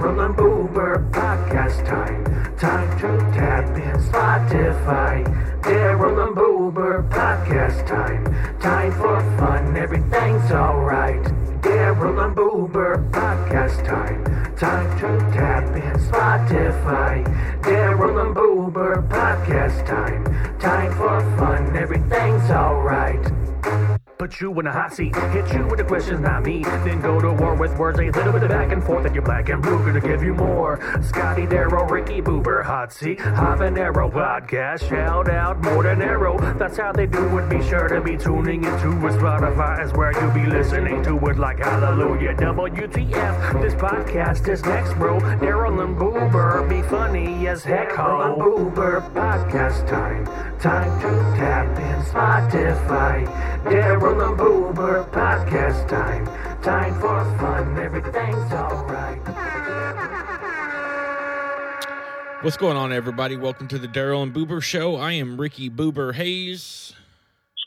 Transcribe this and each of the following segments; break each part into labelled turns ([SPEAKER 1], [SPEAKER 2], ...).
[SPEAKER 1] From the Boomer Podcast Time. Time to tap in Spotify. Daryl and Boomer Podcast Time. Time for fun, everything's alright. Daryl and Boomer Podcast Time. Time to tap in Spotify. Daryl and Boomer Podcast Time. Time for fun, everything's alright. Put you in a hot seat, hit you with the questions, not me. Then go to war with words, a little bit of back and forth, and you're black and blue, gonna give you more. Scotty Darrow, Ricky Boober, Hot Seat, Habanero Podcast, shout out more than arrow. That's how they do it. Be sure to be tuning into it. Spotify is where you be listening to it like hallelujah. WTF, this podcast is next, bro. Daryl and Boober, be funny as heck, ho. Daryl and Boober, podcast time. Time to tap in Spotify. Daryl and Boober, podcast time. Time for fun, everything's alright.
[SPEAKER 2] What's going on, everybody? Welcome to the Daryl and Boober Show. I am Ricky Boober Hayes,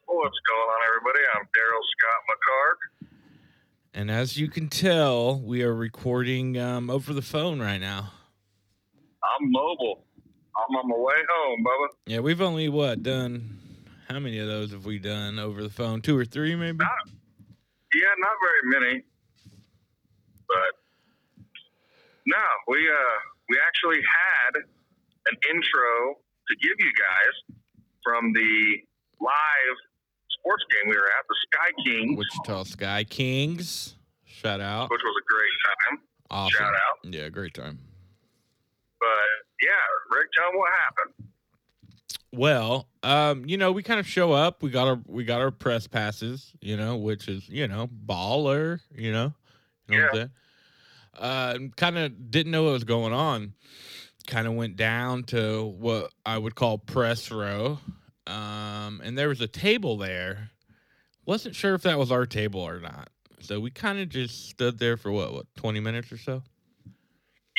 [SPEAKER 3] What's going on, everybody? I'm Daryl Scott McCark.
[SPEAKER 2] and as you can tell, we are recording um, over the phone right now.
[SPEAKER 3] I'm mobile. I'm on my way home, Bubba.
[SPEAKER 2] Yeah, we've only what done? How many of those have we done over the phone? Two or three, maybe.
[SPEAKER 3] Yeah, not very many, but no, we uh we actually had an intro to give you guys from the live sports game we were at, the Sky Kings,
[SPEAKER 2] Wichita Sky Kings. Shout out!
[SPEAKER 3] which was a great time.
[SPEAKER 2] Awesome.
[SPEAKER 3] Shout out.
[SPEAKER 2] Yeah, great time.
[SPEAKER 3] But yeah, Rick, tell them what happened.
[SPEAKER 2] Well, um, you know, we kind of show up. We got our we got our press passes, you know, which is you know baller, you know, you know what I'm saying? Uh, kind of didn't know what was going on. Kind of went down to what I would call press row, um, and there was a table there. wasn't sure if that was our table or not. So we kind of just stood there for what, what, twenty minutes or so.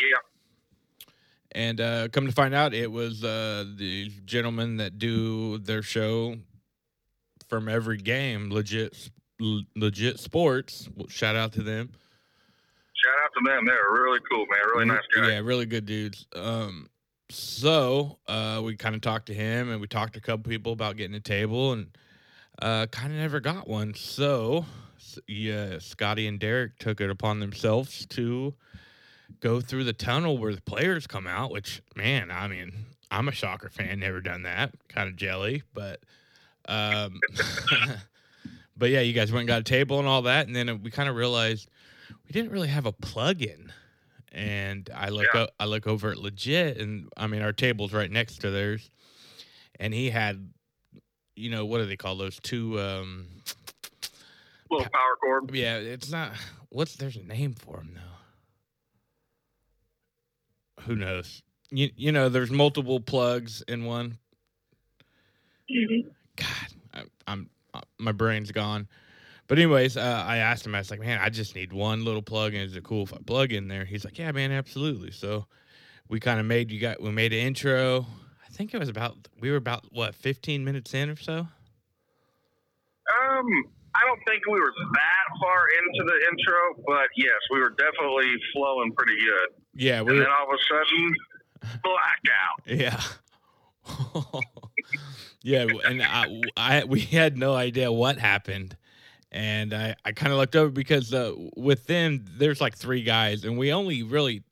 [SPEAKER 3] Yeah,
[SPEAKER 2] And uh, come to find out, it was uh, the gentlemen that do their show from every game, legit, l- legit sports. Well, Shout out to them.
[SPEAKER 3] shout out to them. They were really cool, man. Really nice guys.
[SPEAKER 2] Yeah, really good dudes. Um, so uh, we kind of talked to him, and we talked to a couple people about getting a table, and uh, kind of never got one. So s- yeah, Scotty and Derek took it upon themselves to go through the tunnel where the players come out. Which man, I mean, I'm a soccer fan, never done that. Kind of jelly, but um, but yeah, you guys went and got a table and all that, and then we kind of realized we didn't really have a plug-in and i look
[SPEAKER 3] Yeah.
[SPEAKER 2] o- i look over at legit and i mean our table's right next to theirs and he had you know what do they call those two um
[SPEAKER 3] Little power cord.
[SPEAKER 2] yeah it's not what's there's a name for them though who knows you, you know there's multiple plugs in one Mm-hmm. God, I, I'm uh, my brain's gone. But anyways, uh, I asked him. I was like, "Man, I just need one little plug. in. Is it cool if I plug in there?" He's like, "Yeah, man, absolutely." So we kind of made you got we made an intro. I think it was about we were about what 15 minutes in or so.
[SPEAKER 3] Um, I don't think we were that far into the intro, but yes, we were definitely flowing pretty good.
[SPEAKER 2] Yeah,
[SPEAKER 3] And
[SPEAKER 2] we
[SPEAKER 3] then all of a sudden, blackout.
[SPEAKER 2] yeah. yeah, w- and I, I we had no idea what happened. And I, I kind of looked over because uh, with them, there's like three guys, and we only really,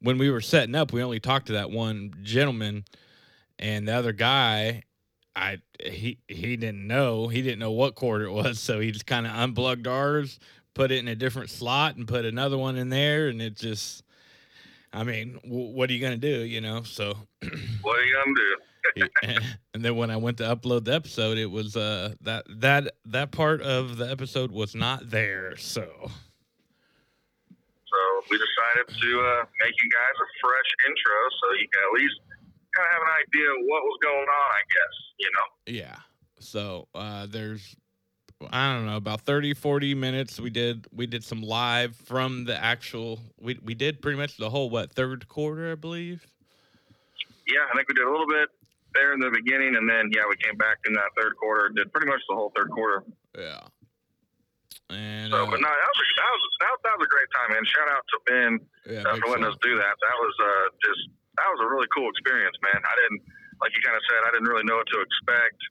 [SPEAKER 2] when we were setting up, we only talked to that one gentleman, and the other guy, I he he didn't know he didn't know what cord it was, so he just kind of unplugged ours, put it in a different slot, and put another one in there, and it just, I mean, w- what are you gonna do, you know? So
[SPEAKER 3] What are you gonna do?
[SPEAKER 2] and then when I went to upload the episode, it was uh that that that part of the episode was not there. So
[SPEAKER 3] So we decided to uh, make you guys a fresh intro, so you can at least kind of have an idea of what was going on. I guess you know.
[SPEAKER 2] yeah, so uh, there's I don't know about 30, 40 minutes. We did we did some live from the actual. We we did pretty much the whole what third quarter, I believe.
[SPEAKER 3] Yeah, I think we did a little bit there in the beginning, and then yeah, we came back in that third quarter, did pretty much the whole third quarter.
[SPEAKER 2] Yeah. And uh,
[SPEAKER 3] So, but no, that was, a, that was that, that was a great time, man. Shout out to Ben
[SPEAKER 2] yeah,
[SPEAKER 3] uh,
[SPEAKER 2] big
[SPEAKER 3] for letting
[SPEAKER 2] shout.
[SPEAKER 3] us do that. That was uh, just that was a really cool experience, man. I didn't, like you kind of said, I didn't really know what to expect,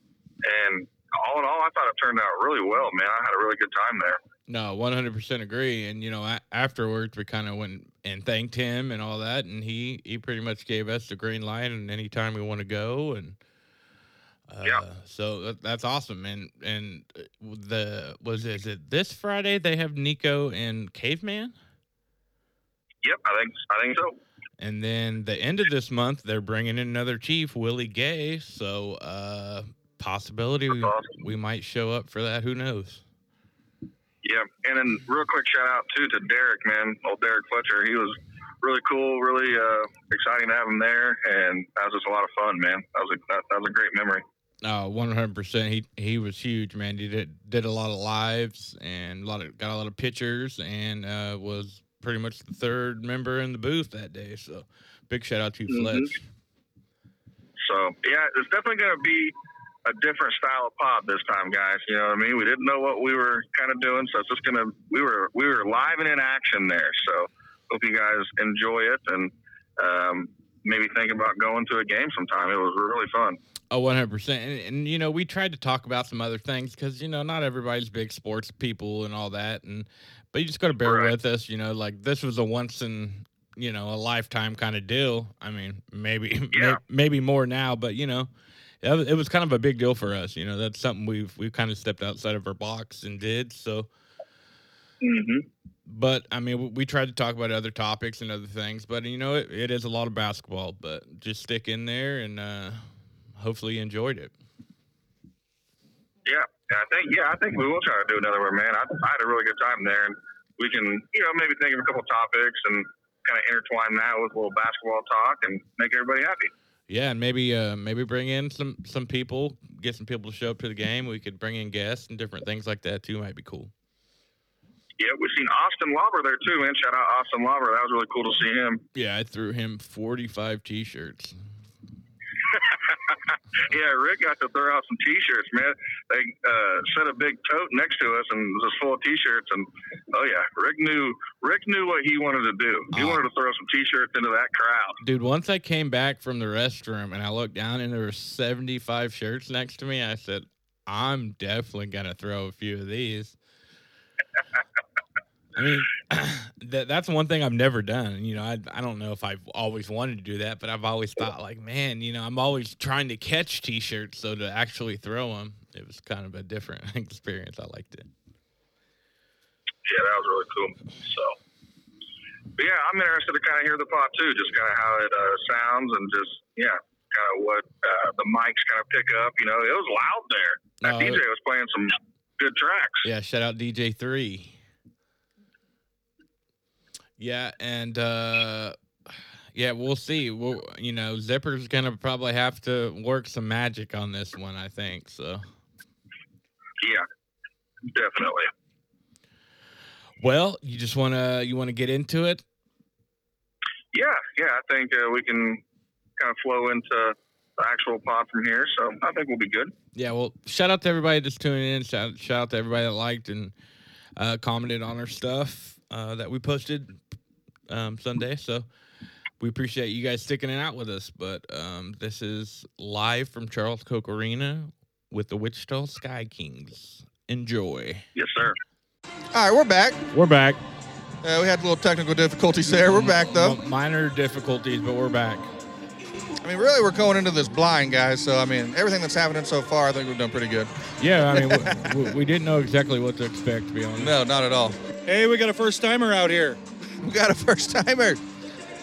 [SPEAKER 3] and all in all, I thought it turned out really well, man. I had a really good time there.
[SPEAKER 2] No, one hundred percent agree. And you know, a- afterwards we kind of went and thanked him and all that, and he he pretty much gave us the green light and any time we want to go. And uh,
[SPEAKER 3] Yeah.
[SPEAKER 2] so that, that's awesome. And and uh, the was is it this Friday they have Nico and Caveman,
[SPEAKER 3] Yep, I think I think so.
[SPEAKER 2] and then the end of this month they're bringing in another chief Willie Gay. So uh, possibility we,
[SPEAKER 3] That's awesome.
[SPEAKER 2] we might show up for that. Who knows?
[SPEAKER 3] Yeah, and then real quick shout out too to Derek, man, old Derek Fletcher. He was really cool, really uh, exciting to have him there, and that was just a lot of fun, man. That was a that, that was a great memory.
[SPEAKER 2] Oh, 100%. He he was huge, man. He did did a lot of lives and a lot of got a lot of pictures and uh, was pretty much the third member in the booth that day. So, big shout out to you,
[SPEAKER 3] Mhm.
[SPEAKER 2] Fletch.
[SPEAKER 3] So yeah, it's definitely going to be a different style of pod this time, guys. You know what I mean? We didn't know what we were kind of doing, so it's just gonna we were we were live and in action there. So hope you guys enjoy it and um, maybe think about going to a game sometime. It was really fun.
[SPEAKER 2] Oh, 100%. And, and you know, we tried to talk about some other things cuz you know, not everybody's big sports people and all that and but you just got to bear
[SPEAKER 3] Right.
[SPEAKER 2] with us, you know, like this was a once in, you know, a lifetime kind of deal. I mean, maybe may-
[SPEAKER 3] Yeah.
[SPEAKER 2] maybe more now, but you know, it was, it was kind of a big deal for us, you know. That's something we've we've kind of stepped outside of our box and did. So,
[SPEAKER 3] Mm-hmm.
[SPEAKER 2] but I mean, we, we tried to talk about other topics and other things, but you know, it, it is a lot of basketball, but just stick in there and uh hopefully you enjoyed it.
[SPEAKER 3] Yeah, and I think yeah, I think we will try to do another one, man. I, I had a really good time there, and we can you know maybe think of a couple topics and kind of intertwine that with a little basketball talk and make everybody happy.
[SPEAKER 2] Yeah, and maybe uh maybe bring in some some people, get some people to show up to the game. We could bring in guests and different things like that too. Might be cool.
[SPEAKER 3] Yeah, we've seen Austin Lauber there too, man. Shout out Austin Lauber. That was really cool to see him.
[SPEAKER 2] Yeah, I threw him forty five t shirts.
[SPEAKER 3] Yeah, Rick got to throw out some T-shirts, man. They uh, set a big tote next to us and it was just full of T-shirts. And oh yeah, Rick knew Rick knew what he wanted to do. He
[SPEAKER 2] Ah.
[SPEAKER 3] wanted to throw some T-shirts into that crowd.
[SPEAKER 2] Dude, once I came back from the restroom and I looked down and there were seventy five shirts next to me, I said, I'm definitely gonna throw a few of these. I mean, that that's one thing I've never done. You know, I I don't know if I've always wanted to do that, but I've always thought like, man, you know, I'm always trying to catch t-shirts, so to actually throw them, it was kind of a different experience. I liked it.
[SPEAKER 3] Yeah, that was really cool. So, but yeah, I'm interested to kind of hear the pod too, just kind of how it uh, sounds and just yeah, kind of what uh, the mics kind of pick up. You know, it was loud there. That
[SPEAKER 2] No,
[SPEAKER 3] DJ
[SPEAKER 2] it-
[SPEAKER 3] was playing some good tracks.
[SPEAKER 2] Yeah, shout out DJ three. Yeah, and uh yeah, we'll see. We'll, you know, Zipper's gonna probably have to work some magic on this one, I think. So,
[SPEAKER 3] Yeah, definitely.
[SPEAKER 2] well, you just wanna you wanna get into it?
[SPEAKER 3] Yeah, yeah, I think uh, we can kind of flow into the actual pod from here. So I think we'll be good.
[SPEAKER 2] Yeah, well, shout out to everybody that's tuning in. Shout, shout out to everybody that liked and uh, commented on our stuff uh, that we posted um, Sunday. So we appreciate you guys sticking it out with us. But um, this is live from Charles Koch Arena with the Wichita Sky Kings. Enjoy.
[SPEAKER 3] Yes, sir.
[SPEAKER 4] All right, we're back.
[SPEAKER 2] We're back.
[SPEAKER 4] Uh, we had a little technical difficulties there. We're back though.
[SPEAKER 2] minor difficulties, but we're back.
[SPEAKER 4] I mean, really, we're going into this blind, guys. So I mean, everything that's happening so far, I think we've done pretty good.
[SPEAKER 2] Yeah, I mean, we, we didn't know exactly what to expect, to be honest.
[SPEAKER 4] No, not at all.
[SPEAKER 5] Hey, we got a first timer out here.
[SPEAKER 4] We got a first timer.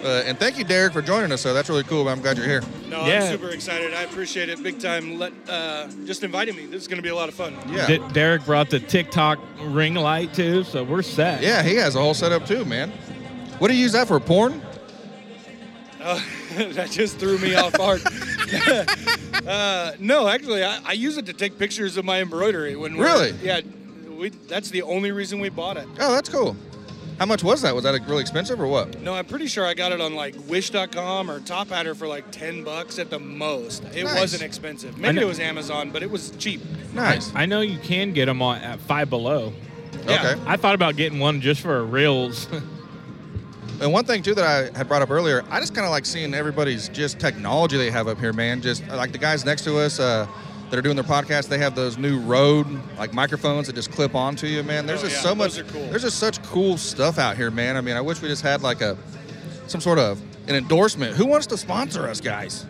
[SPEAKER 4] Uh, and thank you, Derek, for joining us. So that's really cool. I'm glad you're here.
[SPEAKER 5] No,
[SPEAKER 2] Yeah.
[SPEAKER 5] I'm super excited. I appreciate it big time. Let uh, just inviting me. This is gonna be a lot of fun.
[SPEAKER 4] Yeah,
[SPEAKER 2] D- Derek brought the TikTok ring light too, so we're set.
[SPEAKER 4] yeah, he has a whole setup too, man. What do you use that for? Porn?
[SPEAKER 5] Uh, that just threw me off hard. uh, no, actually, I, I use it to take pictures of my embroidery. When we're-
[SPEAKER 4] Really?
[SPEAKER 5] Yeah, we, that's the only reason we bought it.
[SPEAKER 4] Oh, that's cool. How much was that? Was that really expensive or what?
[SPEAKER 5] No, I'm pretty sure I got it on like Wish.com or Top Hatter for like ten bucks at the most. It
[SPEAKER 4] Nice.
[SPEAKER 5] wasn't expensive. Maybe
[SPEAKER 2] know-
[SPEAKER 5] it was Amazon, but it was cheap.
[SPEAKER 4] Nice.
[SPEAKER 2] I know you can get them on at Five Below. Yeah,
[SPEAKER 4] Okay.
[SPEAKER 2] I thought about getting one just for reels.
[SPEAKER 4] And one thing too that I had brought up earlier, I just kind of like seeing everybody's just technology they have up here, man. Just like the guys next to us uh, that are doing their podcast, they have those new Rode like microphones that just clip onto you, man. There's
[SPEAKER 5] Oh,
[SPEAKER 4] just
[SPEAKER 5] yeah.
[SPEAKER 4] so much.
[SPEAKER 5] Those are cool.
[SPEAKER 4] There's just such cool stuff out here, man. I mean, I wish we just had like a some sort of an endorsement. Who wants to sponsor us, guys?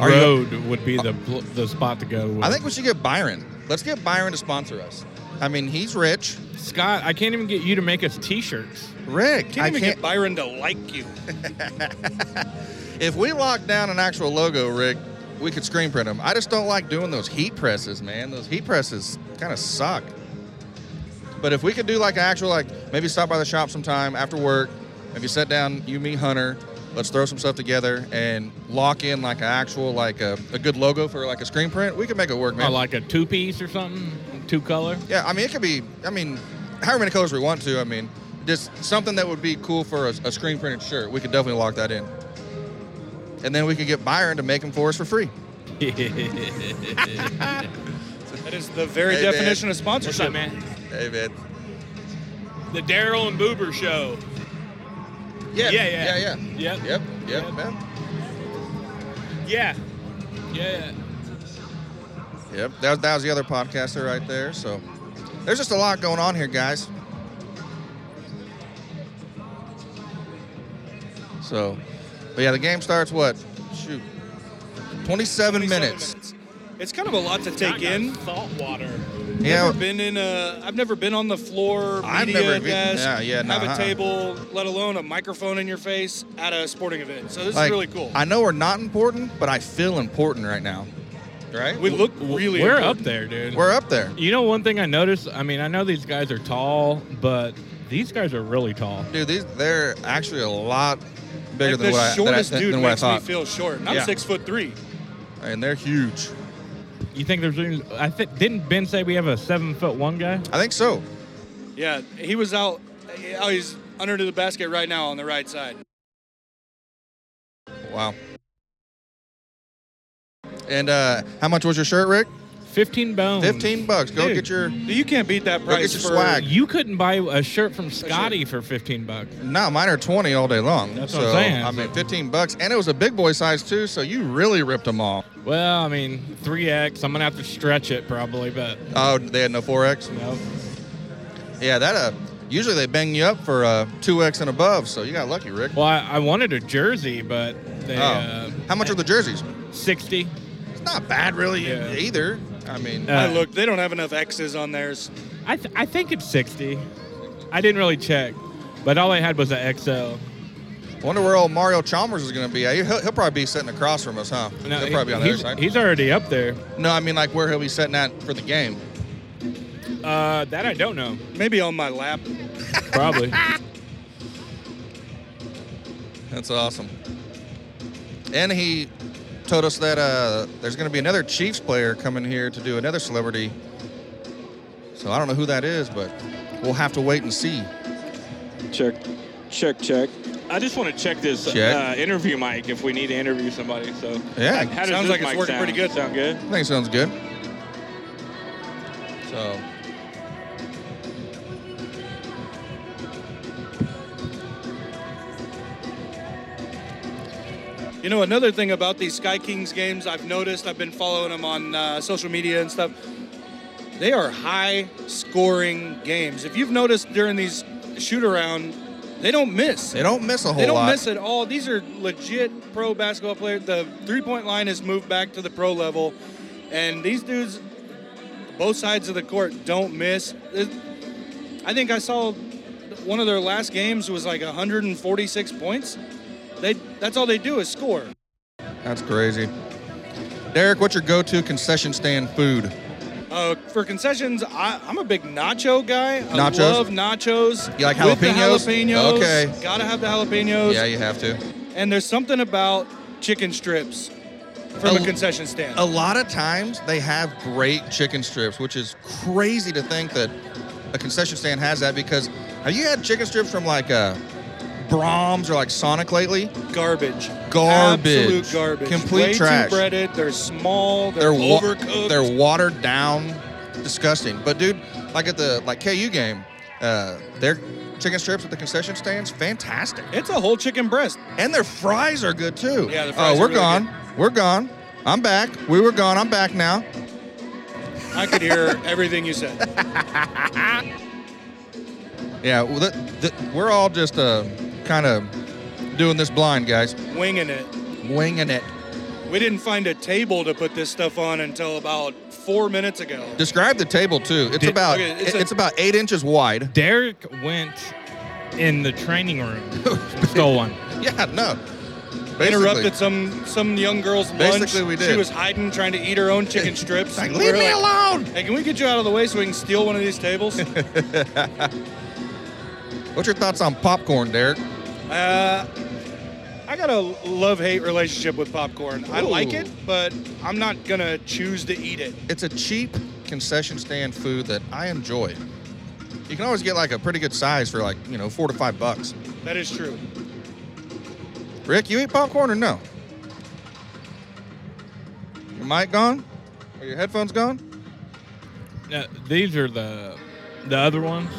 [SPEAKER 4] Are you-
[SPEAKER 2] Road would be the pl- the spot to go. With.
[SPEAKER 4] I think we should get Byron. Let's get Byron to sponsor us. I mean, he's rich.
[SPEAKER 2] Scott, I can't even get you to make us T-shirts.
[SPEAKER 4] Rick,
[SPEAKER 5] Can't
[SPEAKER 4] I
[SPEAKER 5] even
[SPEAKER 4] can't.
[SPEAKER 5] get Byron to like you.
[SPEAKER 4] If we lock down an actual logo, Rick, we could screen print them. I just don't like doing those heat presses, man. Those heat presses kind of suck. But if we could do like an actual, like maybe stop by the shop sometime after work, maybe sit down, you, me, Hunter, let's throw some stuff together and lock in like an actual, like a, a good logo for like a screen print, we could make it work, man.
[SPEAKER 2] Or Oh, like a two-piece or something, two color.
[SPEAKER 4] Yeah, I mean, it could be. I mean, however many colors we want to. I mean, just something that would be cool for a, a screen printed shirt. We could definitely lock that in. And then we could get Byron to make them for us for free.
[SPEAKER 5] That is the very
[SPEAKER 4] Hey, man.
[SPEAKER 5] definition of
[SPEAKER 2] What's
[SPEAKER 5] sponsorship.
[SPEAKER 2] up, man?
[SPEAKER 4] Hey, man.
[SPEAKER 2] The Daryl and Boober Show.
[SPEAKER 4] Yeah,
[SPEAKER 2] Yeah, yeah.
[SPEAKER 4] yeah,
[SPEAKER 2] Yep.
[SPEAKER 4] yeah. Yep, yep,
[SPEAKER 2] Yep.
[SPEAKER 4] man.
[SPEAKER 2] Yeah. Yeah.
[SPEAKER 4] Yep. That was, that was the other podcaster right there. So there's just a lot going on here, guys. So, but yeah, the game starts what? Shoot. 27,
[SPEAKER 5] 27
[SPEAKER 4] minutes.
[SPEAKER 5] It's kind of a lot to take in.
[SPEAKER 2] salt water.
[SPEAKER 4] Yeah.
[SPEAKER 5] Never been in a. I've never been on the floor. Media
[SPEAKER 4] I've never been-
[SPEAKER 5] desk,
[SPEAKER 4] yeah, yeah,
[SPEAKER 5] have
[SPEAKER 4] nah, uh-uh.
[SPEAKER 5] a table, let alone a microphone in your face at a sporting event. So this
[SPEAKER 4] Like,
[SPEAKER 5] is really cool.
[SPEAKER 4] I know we're not important, but I feel important right now. Right?
[SPEAKER 5] we look really.
[SPEAKER 2] We're up
[SPEAKER 5] important.
[SPEAKER 2] there, dude.
[SPEAKER 4] We're up there.
[SPEAKER 2] you know, one thing I noticed. I mean, I know these guys are tall, but these guys are really tall.
[SPEAKER 4] Dude, these they're actually a lot bigger
[SPEAKER 5] Like,
[SPEAKER 4] than,
[SPEAKER 5] the
[SPEAKER 4] what I, than I-
[SPEAKER 5] shortest
[SPEAKER 4] than-
[SPEAKER 5] dude
[SPEAKER 4] than what I
[SPEAKER 5] makes
[SPEAKER 4] thought.
[SPEAKER 5] me feel short. And I'm
[SPEAKER 4] Yeah.
[SPEAKER 5] six foot three.
[SPEAKER 4] and they're huge.
[SPEAKER 2] You think there's? any- I think didn't Ben say we have a seven foot one guy?
[SPEAKER 4] I think so.
[SPEAKER 5] Yeah, he was out. Oh, he's under the basket right now on the right side.
[SPEAKER 4] Wow. And uh, how much was your shirt, Rick?
[SPEAKER 2] Fifteen bones.
[SPEAKER 4] Fifteen bucks. Go
[SPEAKER 5] Dude.
[SPEAKER 4] get your
[SPEAKER 5] You can't beat that
[SPEAKER 4] go
[SPEAKER 5] price
[SPEAKER 4] get your
[SPEAKER 5] for
[SPEAKER 4] swag.
[SPEAKER 2] You couldn't buy a shirt from Scotty for fifteen bucks.
[SPEAKER 4] No, mine are twenty all day long.
[SPEAKER 2] That's
[SPEAKER 4] so
[SPEAKER 2] what I'm saying.
[SPEAKER 4] I mean, fifteen bucks, and it was a big boy size too. So you really ripped them all.
[SPEAKER 2] Well, I mean, three X. I'm gonna have to stretch it probably, but
[SPEAKER 4] Oh, they had no four X.
[SPEAKER 2] you know,
[SPEAKER 4] Yeah, that uh, usually they bang you up for uh two X and above. So you got lucky, Rick.
[SPEAKER 2] well, I, I wanted a jersey, but they
[SPEAKER 4] Oh.
[SPEAKER 2] uh,
[SPEAKER 4] How much are the jerseys?
[SPEAKER 2] sixty.
[SPEAKER 4] It's not bad, really,
[SPEAKER 2] Yeah.
[SPEAKER 4] either. I mean,
[SPEAKER 2] Uh,
[SPEAKER 5] I look, they don't have enough X's on theirs.
[SPEAKER 2] I, th- I think it's 60. I didn't really check, but all I had was an XL.
[SPEAKER 4] wonder where old Mario Chalmers is going to be. He'll, he'll probably be sitting across from us, huh?
[SPEAKER 2] No,
[SPEAKER 4] he'll probably be on the other
[SPEAKER 2] he's,
[SPEAKER 4] side.
[SPEAKER 2] he's already up there.
[SPEAKER 4] no, I mean, like where he'll be sitting at for the game.
[SPEAKER 2] Uh, that I don't know.
[SPEAKER 5] Maybe on my lap.
[SPEAKER 2] Probably.
[SPEAKER 4] That's awesome. And he told us that uh, there's going to be another Chiefs player coming here to do another celebrity. So I don't know who that is, but we'll have to wait and see.
[SPEAKER 6] Check, check, check. I just want to check this
[SPEAKER 4] Check.
[SPEAKER 6] Uh, interview mic if we need to interview somebody. So
[SPEAKER 4] Yeah.
[SPEAKER 6] how does
[SPEAKER 5] Sounds
[SPEAKER 6] this
[SPEAKER 5] like it's
[SPEAKER 6] mic
[SPEAKER 5] working
[SPEAKER 6] sound?
[SPEAKER 5] pretty good.
[SPEAKER 6] Sound good?
[SPEAKER 4] I think it sounds good. So.
[SPEAKER 5] You know, another thing about these Sky Kings games, I've noticed, I've been following them on uh, social media and stuff. They are high scoring games. If you've noticed during these shoot around, they don't miss.
[SPEAKER 4] They don't miss a whole
[SPEAKER 5] They don't
[SPEAKER 4] lot.
[SPEAKER 5] miss at all. These are legit pro basketball players. The three point line has moved back to the pro level, and these dudes, both sides of the court, don't miss. It- I think I saw one of their last games was like 146 points. They that's all they do is score.
[SPEAKER 4] That's crazy. Derek, what's your go-to concession stand food?
[SPEAKER 5] Uh, for concessions, I, I'm a big nacho guy. I
[SPEAKER 4] Nachos?
[SPEAKER 5] love nachos.
[SPEAKER 4] You like
[SPEAKER 5] With the
[SPEAKER 4] jalapenos?
[SPEAKER 5] jalapenos.
[SPEAKER 4] Okay.
[SPEAKER 5] Gotta have the jalapenos.
[SPEAKER 4] Yeah, you have to.
[SPEAKER 5] And there's something about chicken strips from
[SPEAKER 4] A-
[SPEAKER 5] a, concession stand.
[SPEAKER 4] A lot of times they have great chicken strips, which is crazy to think that a concession stand has that because have you had chicken strips from like uh Brahms or like Sonic lately?
[SPEAKER 5] garbage.
[SPEAKER 4] Garbage.
[SPEAKER 5] Absolute garbage.
[SPEAKER 4] Complete
[SPEAKER 5] Way
[SPEAKER 4] trash.
[SPEAKER 5] Too breaded. They're small. They're,
[SPEAKER 4] wa-
[SPEAKER 5] overcooked.
[SPEAKER 4] they're watered down, disgusting. But dude, Like at the like KU game, uh, their chicken strips at the concession stands, fantastic.
[SPEAKER 5] It's a whole chicken breast.
[SPEAKER 4] And their fries are good too.
[SPEAKER 5] Yeah,
[SPEAKER 4] Oh,
[SPEAKER 5] the fries are
[SPEAKER 4] we're
[SPEAKER 5] really
[SPEAKER 4] gone. We're gone. I'm back. We were gone. I'm back now.
[SPEAKER 5] I could hear everything you said.
[SPEAKER 4] Yeah, well, the, the, we're all just uh, kind of doing this blind, guys,
[SPEAKER 5] Winging it.
[SPEAKER 4] winging it.
[SPEAKER 5] We didn't find a table to put this stuff on until about four minutes ago.
[SPEAKER 4] Describe the table too. It's
[SPEAKER 2] Did-
[SPEAKER 4] about
[SPEAKER 5] okay, it's
[SPEAKER 4] it's,
[SPEAKER 5] a-
[SPEAKER 4] about eight inches wide.
[SPEAKER 2] Derek went in the training room, and stole one.
[SPEAKER 4] Yeah, no.
[SPEAKER 5] Interrupted some some young girl's lunch.
[SPEAKER 4] Basically, we
[SPEAKER 5] She
[SPEAKER 4] did.
[SPEAKER 5] was hiding, trying to eat her own chicken strips.
[SPEAKER 4] Like,
[SPEAKER 5] We
[SPEAKER 4] leave
[SPEAKER 5] were
[SPEAKER 4] me
[SPEAKER 5] like,
[SPEAKER 4] alone.
[SPEAKER 5] Hey, can we get you out of the way so we can steal one of these tables?
[SPEAKER 4] What's your thoughts on popcorn, Derek?
[SPEAKER 5] Uh, I got a love hate relationship with popcorn. I like
[SPEAKER 4] Ooh.
[SPEAKER 5] it, but I'm not gonna choose to eat it.
[SPEAKER 4] It's a cheap concession stand food that I enjoy. You can always get like a pretty good size for like you know four to five bucks.
[SPEAKER 5] That is true.
[SPEAKER 4] Rick, you eat popcorn or no? Your mic gone? Or your headphones gone?
[SPEAKER 2] Now, these are the the other ones,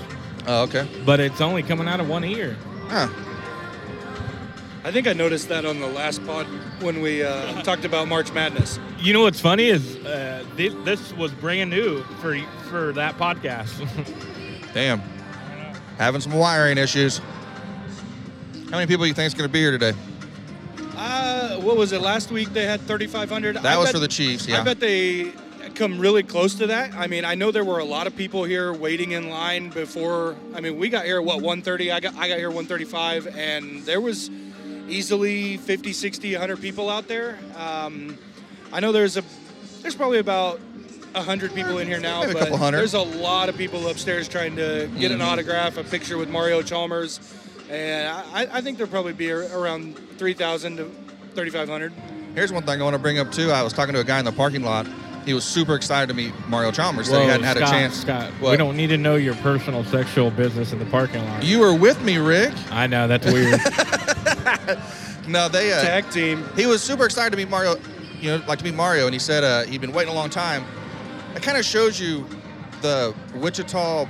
[SPEAKER 4] Oh, okay.
[SPEAKER 2] but it's only coming out of one ear.
[SPEAKER 4] Huh.
[SPEAKER 5] I think I noticed that on the last pod when we uh, talked about March Madness.
[SPEAKER 2] You know what's funny is uh, this, this was brand new for for that podcast.
[SPEAKER 4] Damn. Having some wiring issues. How many people do you think is going to be here today?
[SPEAKER 5] Uh, what was it last week? They had 3,500.
[SPEAKER 4] That was for the Chiefs, yeah.
[SPEAKER 5] I bet they come really close to that. I mean, I know there were a lot of people here waiting in line before. I mean, we got here what 1:30. I got I got here 1:35, and there was easily 50, 60, 100 people out there. Um, I know there's a there's probably about. 100 people in here now,
[SPEAKER 4] Maybe a
[SPEAKER 5] but
[SPEAKER 4] couple hundred.
[SPEAKER 5] there's a lot of people upstairs trying to get an
[SPEAKER 4] Mhm.
[SPEAKER 5] autograph, a picture with Mario Chalmers, and I, I think there'll probably be ar- around 3,000 to 3,500.
[SPEAKER 4] Here's one thing I want to bring up too. I was talking to a guy in the parking lot. He was super excited to meet Mario Chalmers. so he
[SPEAKER 2] Whoa,
[SPEAKER 4] hadn't had
[SPEAKER 2] Scott,
[SPEAKER 4] a chance.
[SPEAKER 2] Scott, we
[SPEAKER 4] What?
[SPEAKER 2] don't need to know your personal sexual business in the parking lot.
[SPEAKER 4] You were with me, Rick.
[SPEAKER 2] I know that's weird.
[SPEAKER 4] No, they. Uh,
[SPEAKER 5] Tag team.
[SPEAKER 4] he was super excited to meet Mario, you know, like to meet Mario, and he said uh, he'd been waiting a long time. That kind of shows you the Wichita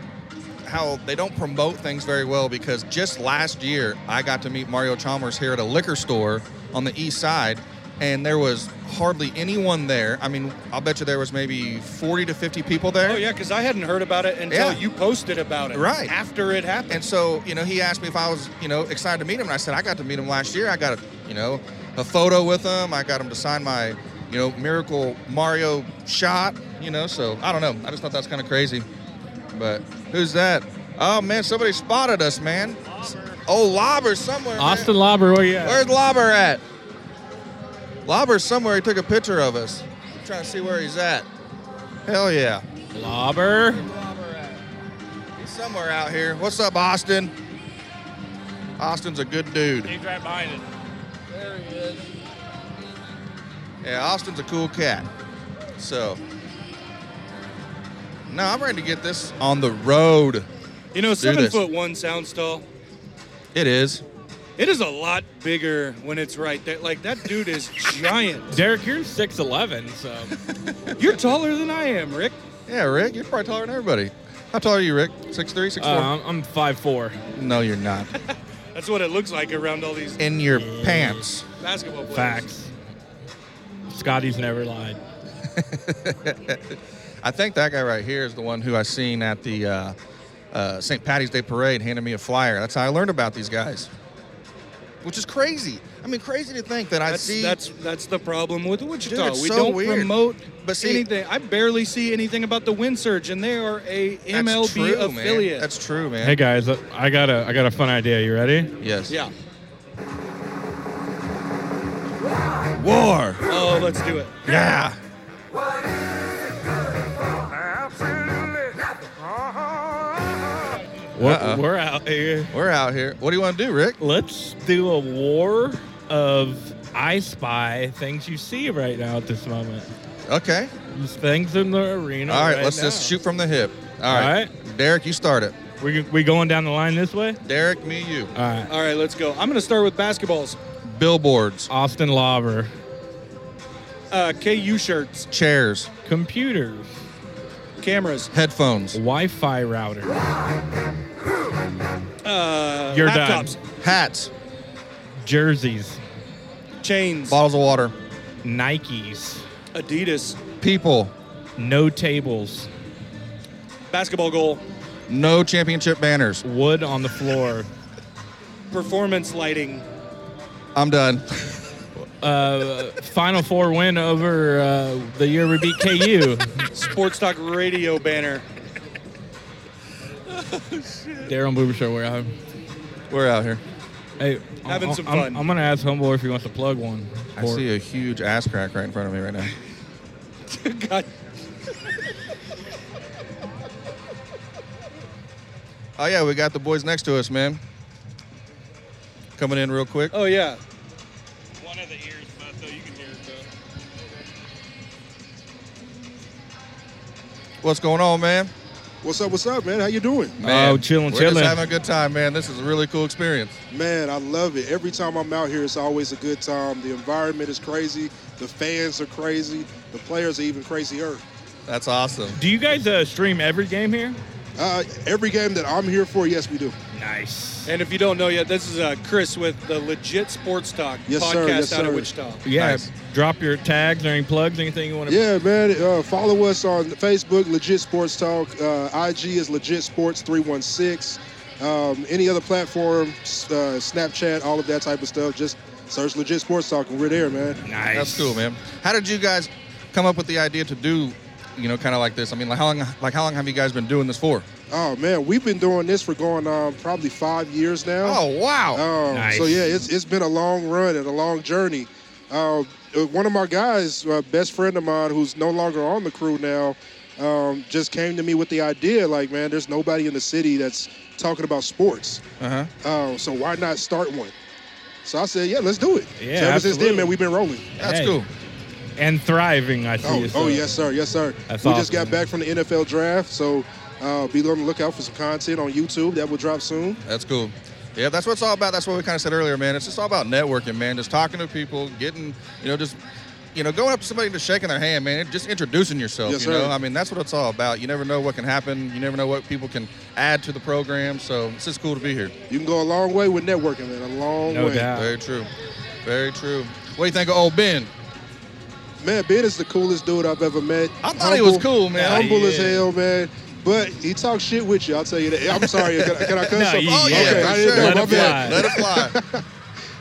[SPEAKER 4] how they don't promote things very well because just last year I got to meet Mario Chalmers here at a liquor store on the east side, and there was hardly anyone there. I mean, I'll bet you there was maybe 40 to 50 people there.
[SPEAKER 5] Oh yeah, because I hadn't heard about it until
[SPEAKER 4] Yeah.
[SPEAKER 5] you posted about it.
[SPEAKER 4] Right.
[SPEAKER 5] after it happened.
[SPEAKER 4] And so, you know, he asked me if I was, you know, excited to meet him. And I said, I got to meet him last year. I got a, you know, a photo with him. I got him to sign my, you know, Miracle Mario shot, you know. So I don't know. I just thought that's kind of crazy. But who's that? Oh, man, somebody spotted us, man. Oh, Lobber somewhere. man.
[SPEAKER 2] Austin Lobber, where you at?
[SPEAKER 4] Where's Lobber at? Lobber's somewhere. He took a picture of us. I'm trying to see where he's at. Hell yeah.
[SPEAKER 2] Lobber?
[SPEAKER 4] He's somewhere out here. What's up, Austin? Austin's a good dude.
[SPEAKER 2] He's right behind it.
[SPEAKER 4] Yeah, Austin's a cool cat. So, no, I'm ready to get this on the road.
[SPEAKER 5] you know,
[SPEAKER 4] do
[SPEAKER 5] seven
[SPEAKER 4] this.
[SPEAKER 5] foot one sounds tall.
[SPEAKER 4] It is.
[SPEAKER 5] It is a lot bigger when it's right there. Like that dude is giant.
[SPEAKER 2] Derek, you're six eleven, so uh,
[SPEAKER 5] You're taller than I am, Rick.
[SPEAKER 4] Yeah, Rick, you're probably taller than everybody. How tall are you, Rick? Six three, six
[SPEAKER 2] uh,
[SPEAKER 4] four.
[SPEAKER 2] I'm- I'm five four.
[SPEAKER 4] no, you're not.
[SPEAKER 5] That's what it looks like around all these
[SPEAKER 4] In your pants.
[SPEAKER 5] basketball players.
[SPEAKER 2] Facts. Scotty's never lied.
[SPEAKER 4] I think that guy right here is the one who I seen at the uh, uh, St. Patty's Day parade handed me a flyer. That's how I learned about these guys. Which is crazy. I mean, crazy to think that I
[SPEAKER 5] That's,
[SPEAKER 4] see.
[SPEAKER 5] that's that's the problem with Wichita.
[SPEAKER 4] Dude, it's
[SPEAKER 5] we
[SPEAKER 4] so
[SPEAKER 5] don't
[SPEAKER 4] weird.
[SPEAKER 5] promote
[SPEAKER 4] But see-
[SPEAKER 5] anything. I barely see anything about the wind surge, and they are a
[SPEAKER 4] That's
[SPEAKER 5] MLB
[SPEAKER 4] true, man.
[SPEAKER 5] affiliate.
[SPEAKER 4] That's true, man.
[SPEAKER 2] Hey guys, uh, I got a I got a fun idea. You ready?
[SPEAKER 4] Yes.
[SPEAKER 5] yeah.
[SPEAKER 4] War.
[SPEAKER 5] Oh, let's do it.
[SPEAKER 4] Yeah.
[SPEAKER 2] We're,
[SPEAKER 4] Uh-oh.
[SPEAKER 2] we're out here.
[SPEAKER 4] We're out here. What do you want to do, Rick?
[SPEAKER 2] Let's do a war of I Spy things you see right now at this moment.
[SPEAKER 4] Okay.
[SPEAKER 2] There's things in the arena.
[SPEAKER 4] All right,
[SPEAKER 2] right
[SPEAKER 4] let's just
[SPEAKER 2] now.
[SPEAKER 4] shoot from the hip. All right. Derek, you start it.
[SPEAKER 2] We we going down the line this way?
[SPEAKER 4] Derek, me, you.
[SPEAKER 2] All right.
[SPEAKER 5] All right, let's go. I'm gonna start with basketballs.
[SPEAKER 4] Billboards,
[SPEAKER 2] Austin Lobber,
[SPEAKER 5] Uh, KU shirts.
[SPEAKER 4] chairs,
[SPEAKER 2] computers,
[SPEAKER 5] cameras.
[SPEAKER 4] Headphones.
[SPEAKER 2] Wi-Fi router,
[SPEAKER 5] Uh,
[SPEAKER 2] You're done.
[SPEAKER 5] laptops,
[SPEAKER 4] Hats.
[SPEAKER 2] jerseys,
[SPEAKER 5] chains,
[SPEAKER 4] Bottles of water.
[SPEAKER 2] Nikes,
[SPEAKER 5] Adidas,
[SPEAKER 4] People.
[SPEAKER 2] no tables,
[SPEAKER 5] basketball goal,
[SPEAKER 4] No championship banners.
[SPEAKER 2] wood on the floor,
[SPEAKER 5] performance lighting,
[SPEAKER 4] I'm done.
[SPEAKER 2] uh, Final Four win over uh, the year we beat KU.
[SPEAKER 5] sports talk radio banner.
[SPEAKER 2] Daryl Boober Show, where I'm.
[SPEAKER 4] We're out here.
[SPEAKER 2] Hey,
[SPEAKER 5] Having
[SPEAKER 2] I'm-
[SPEAKER 5] some
[SPEAKER 2] I'm-
[SPEAKER 5] fun.
[SPEAKER 2] I'm, gonna ask Humble if he wants to plug one.
[SPEAKER 4] I see a huge ass crack right in front of me right now.
[SPEAKER 5] God,
[SPEAKER 4] Oh yeah, we got the boys next to us, man. Coming in real quick.
[SPEAKER 5] oh yeah.
[SPEAKER 7] One of the ears, but so you can hear it though.
[SPEAKER 4] What's going on, man?
[SPEAKER 8] What's up? What's up, man? How you doing?
[SPEAKER 4] Man,
[SPEAKER 2] Oh, chilling,
[SPEAKER 4] we're
[SPEAKER 2] chilling.
[SPEAKER 4] Just having a good time, man. This is a really cool experience.
[SPEAKER 8] Man, I love it. Every time I'm out here, it's always a good time. The environment is crazy. The fans are crazy. The players are even crazier.
[SPEAKER 4] That's awesome.
[SPEAKER 2] Do you guys uh, stream every game here?
[SPEAKER 8] Uh, every game that I'm here for, yes, we do.
[SPEAKER 2] Nice.
[SPEAKER 5] And if you don't know yet, this is uh, Chris with the Legit Sports Talk
[SPEAKER 8] Yes,
[SPEAKER 5] podcast
[SPEAKER 8] sir. Yes,
[SPEAKER 5] out of
[SPEAKER 8] sir.
[SPEAKER 5] Wichita.
[SPEAKER 2] Yeah.
[SPEAKER 4] Nice.
[SPEAKER 2] Drop your tags or any plugs, anything you want to.
[SPEAKER 8] Yeah, man. Uh, follow us on Facebook, Legit Sports Talk. Uh, IG is Legit Sports 316. Um, any other platform, s- uh, Snapchat, all of that type of stuff, just search Legit Sports Talk and we're there, man.
[SPEAKER 2] Nice.
[SPEAKER 4] That's cool, man. How did you guys come up with the idea to do, you know, kind of like this? I mean, like how long, like how long have you guys been doing this for?
[SPEAKER 8] Oh, man. We've been doing this for going on probably five years now.
[SPEAKER 4] Oh wow.
[SPEAKER 8] Um,
[SPEAKER 2] Nice.
[SPEAKER 8] So yeah, it's, it's been a long run and a long journey. Uh, uh, one of my guys, uh, best friend of mine, who's no longer on the crew now, um, just came to me with the idea. Like, man, there's nobody in the city that's talking about sports.
[SPEAKER 4] Uh huh.
[SPEAKER 8] Uh, so why not start one? So I said, yeah, let's do it.
[SPEAKER 2] Yeah,
[SPEAKER 8] so ever since
[SPEAKER 2] absolutely.
[SPEAKER 8] then, man, we've been rolling.
[SPEAKER 4] That's
[SPEAKER 2] Hey.
[SPEAKER 4] cool.
[SPEAKER 2] And thriving, I see.
[SPEAKER 8] Oh,
[SPEAKER 2] so-
[SPEAKER 8] oh yes, sir. Yes, sir.
[SPEAKER 2] That's
[SPEAKER 8] we just
[SPEAKER 2] awesome,
[SPEAKER 8] got
[SPEAKER 2] man.
[SPEAKER 8] back from the NFL draft, so uh, be on the lookout for some content on YouTube that will drop soon.
[SPEAKER 4] That's cool. Yeah, that's what it's all about. That's what we kind of said earlier, man. It's just all about networking, man. Just talking to people, getting, you know, just, you know, going up to somebody and just shaking their hand, man. Just introducing yourself,
[SPEAKER 8] Yes,
[SPEAKER 4] you know.
[SPEAKER 8] sir.
[SPEAKER 4] I mean, that's what it's all about. You never know what can happen. You never know what people can add to the program. So it's just cool to be here.
[SPEAKER 8] You can go a long way with networking, man. A long
[SPEAKER 2] No
[SPEAKER 8] way.
[SPEAKER 2] doubt.
[SPEAKER 4] Very true. Very true. What do you think of old Ben?
[SPEAKER 8] Man, Ben is the coolest dude I've ever met.
[SPEAKER 4] I thought he was cool, man.
[SPEAKER 8] Humble
[SPEAKER 4] Yeah.
[SPEAKER 8] as hell, man. But he talks shit with you. I'll tell you that. I'm sorry. Can, I- can I cuss?
[SPEAKER 2] No, you-
[SPEAKER 4] Oh yeah,
[SPEAKER 2] Okay,
[SPEAKER 4] for
[SPEAKER 8] I
[SPEAKER 4] sure.
[SPEAKER 8] didn't know.
[SPEAKER 2] Let
[SPEAKER 8] My
[SPEAKER 2] it
[SPEAKER 8] bad.
[SPEAKER 2] fly.
[SPEAKER 4] Let it fly.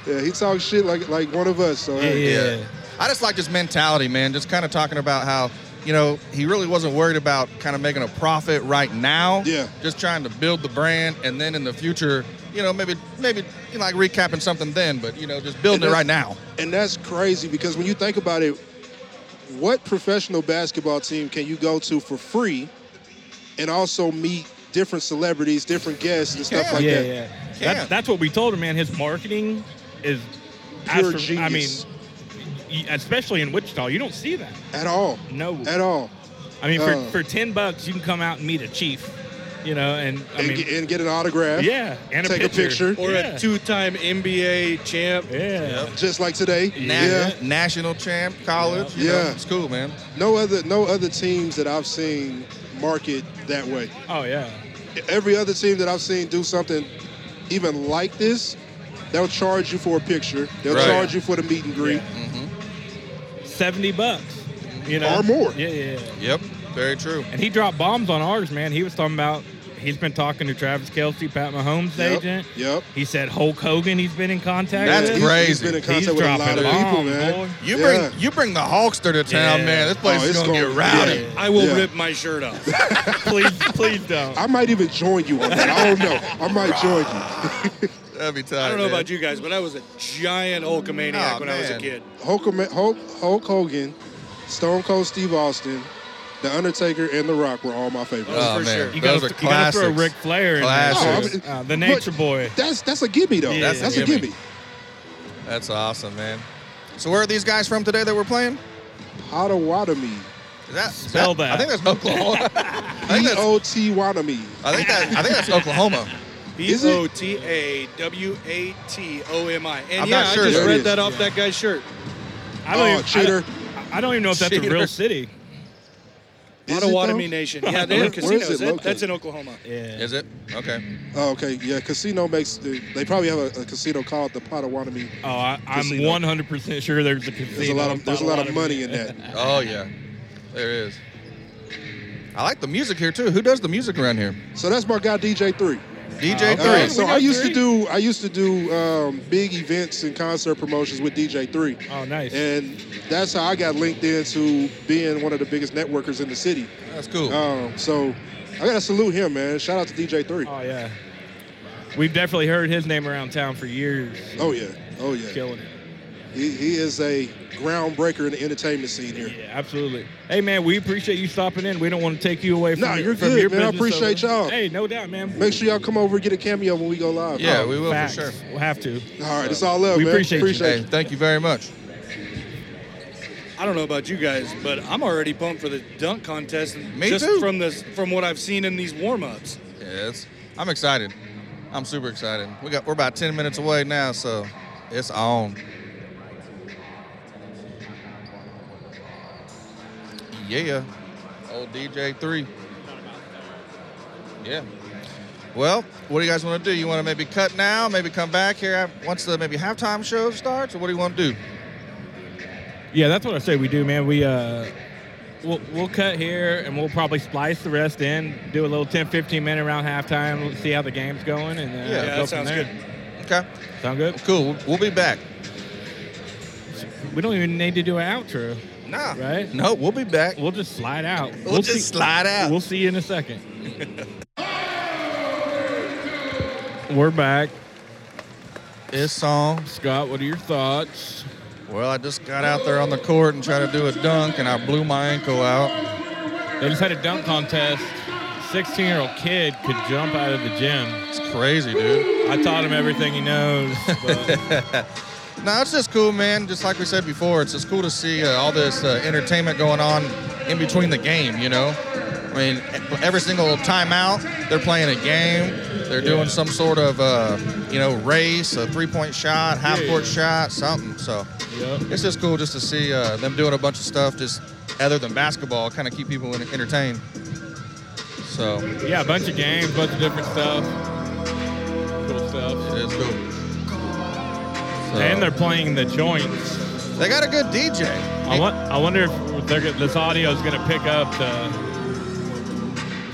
[SPEAKER 8] Yeah, he talks shit like like one of us. So hey,
[SPEAKER 2] Yeah.
[SPEAKER 4] I just like this mentality, man. Just kind of talking about how, you know, he really wasn't worried about kind of making a profit right now.
[SPEAKER 8] Yeah.
[SPEAKER 4] Just trying to build the brand, and then in the future, you know, maybe maybe you know, like recapping something then, but you know, just building
[SPEAKER 8] And
[SPEAKER 4] it
[SPEAKER 8] that's-
[SPEAKER 4] right now.
[SPEAKER 8] and that's crazy because when you think about it, what professional basketball team can you go to for free, and also meet different celebrities, different guests, and stuff
[SPEAKER 4] Yeah.
[SPEAKER 8] like
[SPEAKER 2] yeah,
[SPEAKER 8] that?
[SPEAKER 2] yeah.
[SPEAKER 4] Yeah.
[SPEAKER 2] That, that's what we told him, man. His marketing is
[SPEAKER 8] Pure
[SPEAKER 2] astro- I mean,
[SPEAKER 8] genius.
[SPEAKER 2] y- especially in Wichita, you don't see that.
[SPEAKER 8] At all.
[SPEAKER 2] No.
[SPEAKER 8] At all.
[SPEAKER 2] I mean,
[SPEAKER 8] Uh.
[SPEAKER 2] for, for ten bucks, you can come out and meet a chief, you know, and I
[SPEAKER 8] and,
[SPEAKER 2] mean,
[SPEAKER 8] get, and get an autograph.
[SPEAKER 2] yeah, and
[SPEAKER 8] Take
[SPEAKER 2] a
[SPEAKER 8] a
[SPEAKER 2] picture,
[SPEAKER 8] picture.
[SPEAKER 5] Or
[SPEAKER 2] yeah.
[SPEAKER 5] a two-time NBA champ.
[SPEAKER 2] yeah.
[SPEAKER 8] Just like today.
[SPEAKER 4] Na-
[SPEAKER 8] yeah.
[SPEAKER 4] National champ, college. you know,
[SPEAKER 8] Yeah.
[SPEAKER 4] it's cool, man.
[SPEAKER 8] No other no other teams that I've seen market that way.
[SPEAKER 2] Oh yeah.
[SPEAKER 8] Every other team that I've seen do something even like this, they'll charge you for a picture. They'll
[SPEAKER 4] Right.
[SPEAKER 8] charge you for the meet and greet.
[SPEAKER 2] Seventy bucks, you know,
[SPEAKER 8] Or more.
[SPEAKER 2] Yeah, yeah. yeah.
[SPEAKER 4] Yep. Very true.
[SPEAKER 2] And he dropped bombs on ours, man. He was talking about. He's been talking to Travis Kelsey, Pat Mahomes'
[SPEAKER 8] Yep,
[SPEAKER 2] agent.
[SPEAKER 8] yep.
[SPEAKER 2] He said Hulk Hogan. He's been in contact.
[SPEAKER 4] That's
[SPEAKER 2] with.
[SPEAKER 8] he's- He's
[SPEAKER 4] crazy.
[SPEAKER 8] been in
[SPEAKER 4] He's
[SPEAKER 8] contact with a lot
[SPEAKER 2] dropping
[SPEAKER 8] of people,
[SPEAKER 2] bombs,
[SPEAKER 8] man.
[SPEAKER 2] boy.
[SPEAKER 4] You
[SPEAKER 8] Yeah.
[SPEAKER 4] bring you bring the Hulkster to town,
[SPEAKER 2] Yeah.
[SPEAKER 4] man. This place
[SPEAKER 8] Oh,
[SPEAKER 4] is
[SPEAKER 8] it's
[SPEAKER 4] gonna,
[SPEAKER 8] gonna-
[SPEAKER 4] get rowdy.
[SPEAKER 8] yeah.
[SPEAKER 5] I will
[SPEAKER 8] Yeah.
[SPEAKER 5] rip my shirt off.
[SPEAKER 2] please, please don't.
[SPEAKER 8] I might even join you on that. I don't know. I might join you.
[SPEAKER 4] That'd be tight.
[SPEAKER 5] I don't know about you guys, but I was a giant Hulkamaniac
[SPEAKER 4] Aw,
[SPEAKER 5] when I was a
[SPEAKER 4] man.
[SPEAKER 5] kid.
[SPEAKER 8] Hulk, Hulk, Hulk Hogan, Stone Cold Steve Austin, The Undertaker, and The Rock were all my favorites.
[SPEAKER 4] Oh,
[SPEAKER 5] for
[SPEAKER 4] man.
[SPEAKER 5] sure.
[SPEAKER 2] You
[SPEAKER 4] Those
[SPEAKER 2] gotta,
[SPEAKER 4] are
[SPEAKER 2] you gotta
[SPEAKER 4] classics.
[SPEAKER 2] throw Ric Flair in
[SPEAKER 4] Classics.
[SPEAKER 2] there. too. Uh, the Nature
[SPEAKER 8] But
[SPEAKER 2] Boy.
[SPEAKER 8] That's that's a gimme though.
[SPEAKER 2] Yeah.
[SPEAKER 8] that's, that's a gimme.
[SPEAKER 4] That's awesome, man. So where are these guys from today that we're playing?
[SPEAKER 8] Potawatomi.
[SPEAKER 4] Is that, is
[SPEAKER 2] Spell that.
[SPEAKER 4] I think that's Oklahoma. I think
[SPEAKER 8] E
[SPEAKER 4] that's
[SPEAKER 8] O T Wanami.
[SPEAKER 4] I think that I think that's Oklahoma.
[SPEAKER 5] B
[SPEAKER 8] Is it?
[SPEAKER 5] O T A W A T O M I. And
[SPEAKER 4] I'm
[SPEAKER 5] yeah,
[SPEAKER 4] not sure
[SPEAKER 5] I
[SPEAKER 4] there
[SPEAKER 5] just
[SPEAKER 8] it
[SPEAKER 5] read
[SPEAKER 8] is.
[SPEAKER 5] that off that guy's shirt.
[SPEAKER 2] I don't
[SPEAKER 8] Oh,
[SPEAKER 2] even, I-
[SPEAKER 8] cheater.
[SPEAKER 2] I, don't even know if that's a
[SPEAKER 4] Cheater.
[SPEAKER 2] real city.
[SPEAKER 8] Is it,
[SPEAKER 5] Potawatomi
[SPEAKER 8] though?
[SPEAKER 5] Nation. Yeah,
[SPEAKER 8] Where-
[SPEAKER 5] they
[SPEAKER 8] where
[SPEAKER 5] have
[SPEAKER 8] is
[SPEAKER 5] casinos.
[SPEAKER 8] it
[SPEAKER 5] That- that's
[SPEAKER 8] located?
[SPEAKER 5] in Oklahoma.
[SPEAKER 2] Yeah.
[SPEAKER 4] Is it? Okay.
[SPEAKER 8] Oh, okay. Yeah, casino makes. They they probably have a, a casino called the Potawatomi.
[SPEAKER 2] Oh, I, I'm
[SPEAKER 8] Casino.
[SPEAKER 2] 100 percent sure there's a casino.
[SPEAKER 8] There's a lot of there's a lot of money in that.
[SPEAKER 4] Oh yeah, there is. I like the music here too. Who does the music around here?
[SPEAKER 8] So that's my guy DJ Three.
[SPEAKER 4] DJ
[SPEAKER 8] All right,
[SPEAKER 4] Three.
[SPEAKER 8] so I used to do I used to do um, big events and concert promotions with DJ Three,
[SPEAKER 2] Oh, nice.
[SPEAKER 8] and that's how I got linked into being one of the biggest networkers in the city.
[SPEAKER 4] That's cool.
[SPEAKER 8] Um, so I gotta salute him, man. Shout out to DJ Three.
[SPEAKER 2] Oh yeah. We've definitely heard his name around town for years.
[SPEAKER 8] Oh yeah, oh yeah.
[SPEAKER 2] Killing it.
[SPEAKER 8] He, he is a groundbreaker in the entertainment scene here.
[SPEAKER 2] Yeah, absolutely. Hey man, we appreciate you stopping in. We don't want to take you away from,
[SPEAKER 8] Nah,
[SPEAKER 2] your,
[SPEAKER 8] you're
[SPEAKER 2] from
[SPEAKER 8] good,
[SPEAKER 2] your
[SPEAKER 8] man. I
[SPEAKER 2] business, so-
[SPEAKER 8] appreciate y'all.
[SPEAKER 2] Hey, no doubt, man.
[SPEAKER 8] Make sure y'all come over and get a cameo when we go live.
[SPEAKER 4] yeah,
[SPEAKER 2] uh,
[SPEAKER 8] Oh,
[SPEAKER 4] we will
[SPEAKER 2] Facts.
[SPEAKER 4] for sure.
[SPEAKER 2] We'll have to.
[SPEAKER 8] all right, it's all love,
[SPEAKER 2] We
[SPEAKER 8] man.
[SPEAKER 2] appreciate you.
[SPEAKER 4] Hey, thank you very much.
[SPEAKER 5] I don't know about you guys, but I'm already pumped for the dunk contest.
[SPEAKER 4] Me
[SPEAKER 5] just
[SPEAKER 4] too.
[SPEAKER 5] From this, from what I've seen in these warm-ups.
[SPEAKER 4] Yes, I'm excited. I'm super excited. We got we're about 10 minutes away now, so it's on. Yeah, old DJ three. Yeah. Well, what do you guys want to do? You want to maybe cut now, maybe come back here af- once the maybe halftime show starts, or what do you want to do?
[SPEAKER 2] Yeah, that's what I say we do, man. We uh we'll, we'll cut here and we'll probably splice the rest in, do a little 10 15 minute around halftime, we'll see how the game's going and uh,
[SPEAKER 4] Yeah,
[SPEAKER 2] go
[SPEAKER 5] that
[SPEAKER 2] from
[SPEAKER 5] sounds
[SPEAKER 2] there.
[SPEAKER 5] good.
[SPEAKER 4] Okay,
[SPEAKER 2] Sound good?
[SPEAKER 4] cool. We'll- We'll be back.
[SPEAKER 2] We don't even need to do an outro.
[SPEAKER 4] Nah,
[SPEAKER 2] Right?
[SPEAKER 4] No, we'll be back.
[SPEAKER 2] We'll just slide out.
[SPEAKER 4] We'll, just slide out.
[SPEAKER 2] We'll see you in a second. We're back.
[SPEAKER 4] This song
[SPEAKER 2] Scott, what are your thoughts?
[SPEAKER 4] Well, I just got out there on the court and tried to do a dunk, and I blew my ankle out.
[SPEAKER 2] They just had a dunk contest. 16 year old kid could jump out of the gym.
[SPEAKER 4] It's crazy, dude.
[SPEAKER 2] I taught him everything he knows. but-
[SPEAKER 4] No, it's just cool, man. Just like we said before, it's just cool to see uh, all this uh, entertainment going on in between the game. You know, I mean, e- every single timeout, they're playing a game. They're doing some sort of, uh, you know, race, a three-point shot, half-court shot, something. So
[SPEAKER 2] Yep.
[SPEAKER 4] it's just cool just to see uh, them doing a bunch of stuff just other than basketball, kind of keep people en- entertained. So
[SPEAKER 2] Yeah, a bunch of games, bunch of different stuff. Cool stuff.
[SPEAKER 4] it's cool. So-
[SPEAKER 2] And they're playing the joints.
[SPEAKER 4] They got a good DJ.
[SPEAKER 2] I, want, I wonder if they're, gonna- this audio is going to pick up the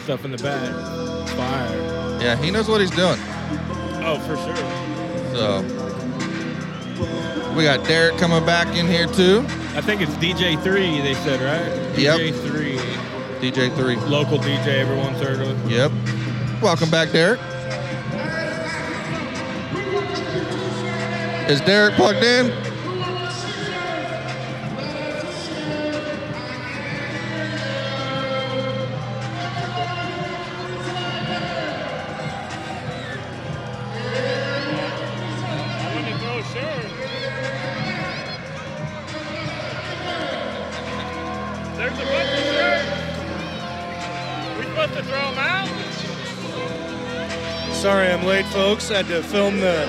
[SPEAKER 2] stuff in the back. Fire.
[SPEAKER 4] yeah, he knows what he's doing.
[SPEAKER 2] Oh, for sure.
[SPEAKER 4] So we got Derek coming back in here too.
[SPEAKER 2] I think it's DJ3, they said, right?
[SPEAKER 4] Yep.
[SPEAKER 2] DJ3.
[SPEAKER 4] DJ three.
[SPEAKER 2] Local DJ, everyone's heard of.
[SPEAKER 4] Yep. Welcome back, Derek. Is Derek plugged in?
[SPEAKER 7] I wanted to throw a shirt. There's a bunch of shirts. We supposed to throw them out?
[SPEAKER 5] Sorry, I'm late, folks. Had to film the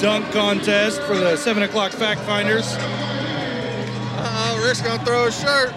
[SPEAKER 5] dunk contest for the seven o'clock fact finders.
[SPEAKER 4] Uh oh, Rick's gonna throw his shirt.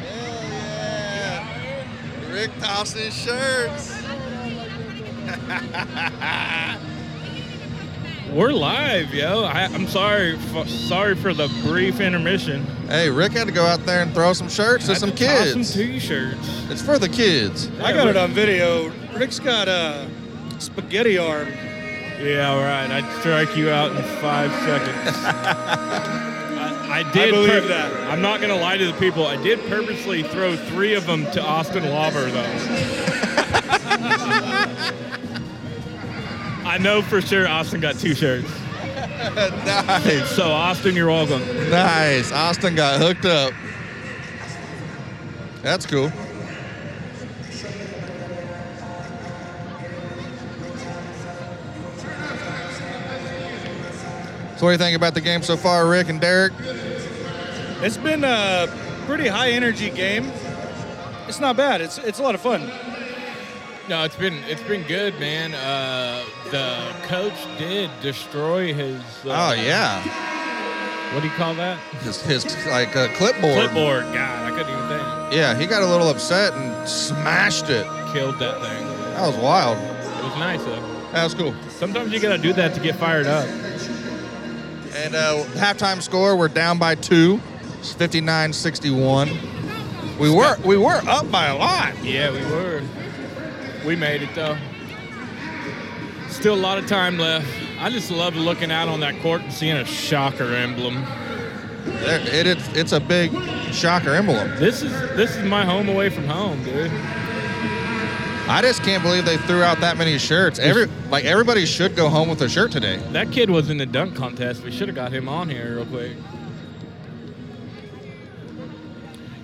[SPEAKER 4] Hell yeah. Rick tossing shirts.
[SPEAKER 2] We're live, yo. I, I'm sorry, f- sorry for the brief intermission.
[SPEAKER 4] Hey, Rick had to go out there and throw some shirts to
[SPEAKER 2] Had
[SPEAKER 4] some
[SPEAKER 2] to toss
[SPEAKER 4] kids.
[SPEAKER 2] Some t-shirts.
[SPEAKER 4] it's for the kids.
[SPEAKER 5] I got it on video. Rick's got a spaghetti arm.
[SPEAKER 2] Yeah, all right. I'd strike you out in five seconds. I, I did.
[SPEAKER 5] believe that.
[SPEAKER 2] I'm not gonna lie to the people. I did purposely throw three of them to Austin Lauber, though. I know for sure Austin got two shirts.
[SPEAKER 4] nice,
[SPEAKER 2] So Austin, you're welcome.
[SPEAKER 4] nice. Austin got hooked up. That's cool. So, what do you think about the game so far, Rick and Derek?
[SPEAKER 5] It's been a pretty high energy game. It's not bad. It's it's a lot of fun.
[SPEAKER 2] No, it's been it's been good, man. Uh, the coach did destroy his.
[SPEAKER 4] Oh
[SPEAKER 2] Uh,
[SPEAKER 4] yeah,
[SPEAKER 2] What do you call that?
[SPEAKER 4] his, his like uh, clipboard.
[SPEAKER 2] Clipboard. God, I couldn't even think.
[SPEAKER 4] Yeah, he got a little upset and smashed it.
[SPEAKER 2] Killed that thing.
[SPEAKER 4] That was wild.
[SPEAKER 2] It was nice though.
[SPEAKER 4] That was cool.
[SPEAKER 2] Sometimes you gotta do that to get fired up.
[SPEAKER 4] And uh, halftime score, we're down by two. It's 59-61. We were we were up by a lot.
[SPEAKER 2] Yeah, we were. We made it though. Still a lot of time left. I just love looking out on that court and seeing a shocker emblem.
[SPEAKER 4] There- It, it's it's a big shocker emblem.
[SPEAKER 2] This is this is my home away from home, dude.
[SPEAKER 4] I just can't believe they threw out that many shirts. Every like everybody should go home with a shirt today.
[SPEAKER 2] That kid was in the dunk contest. We should have got him on here real quick.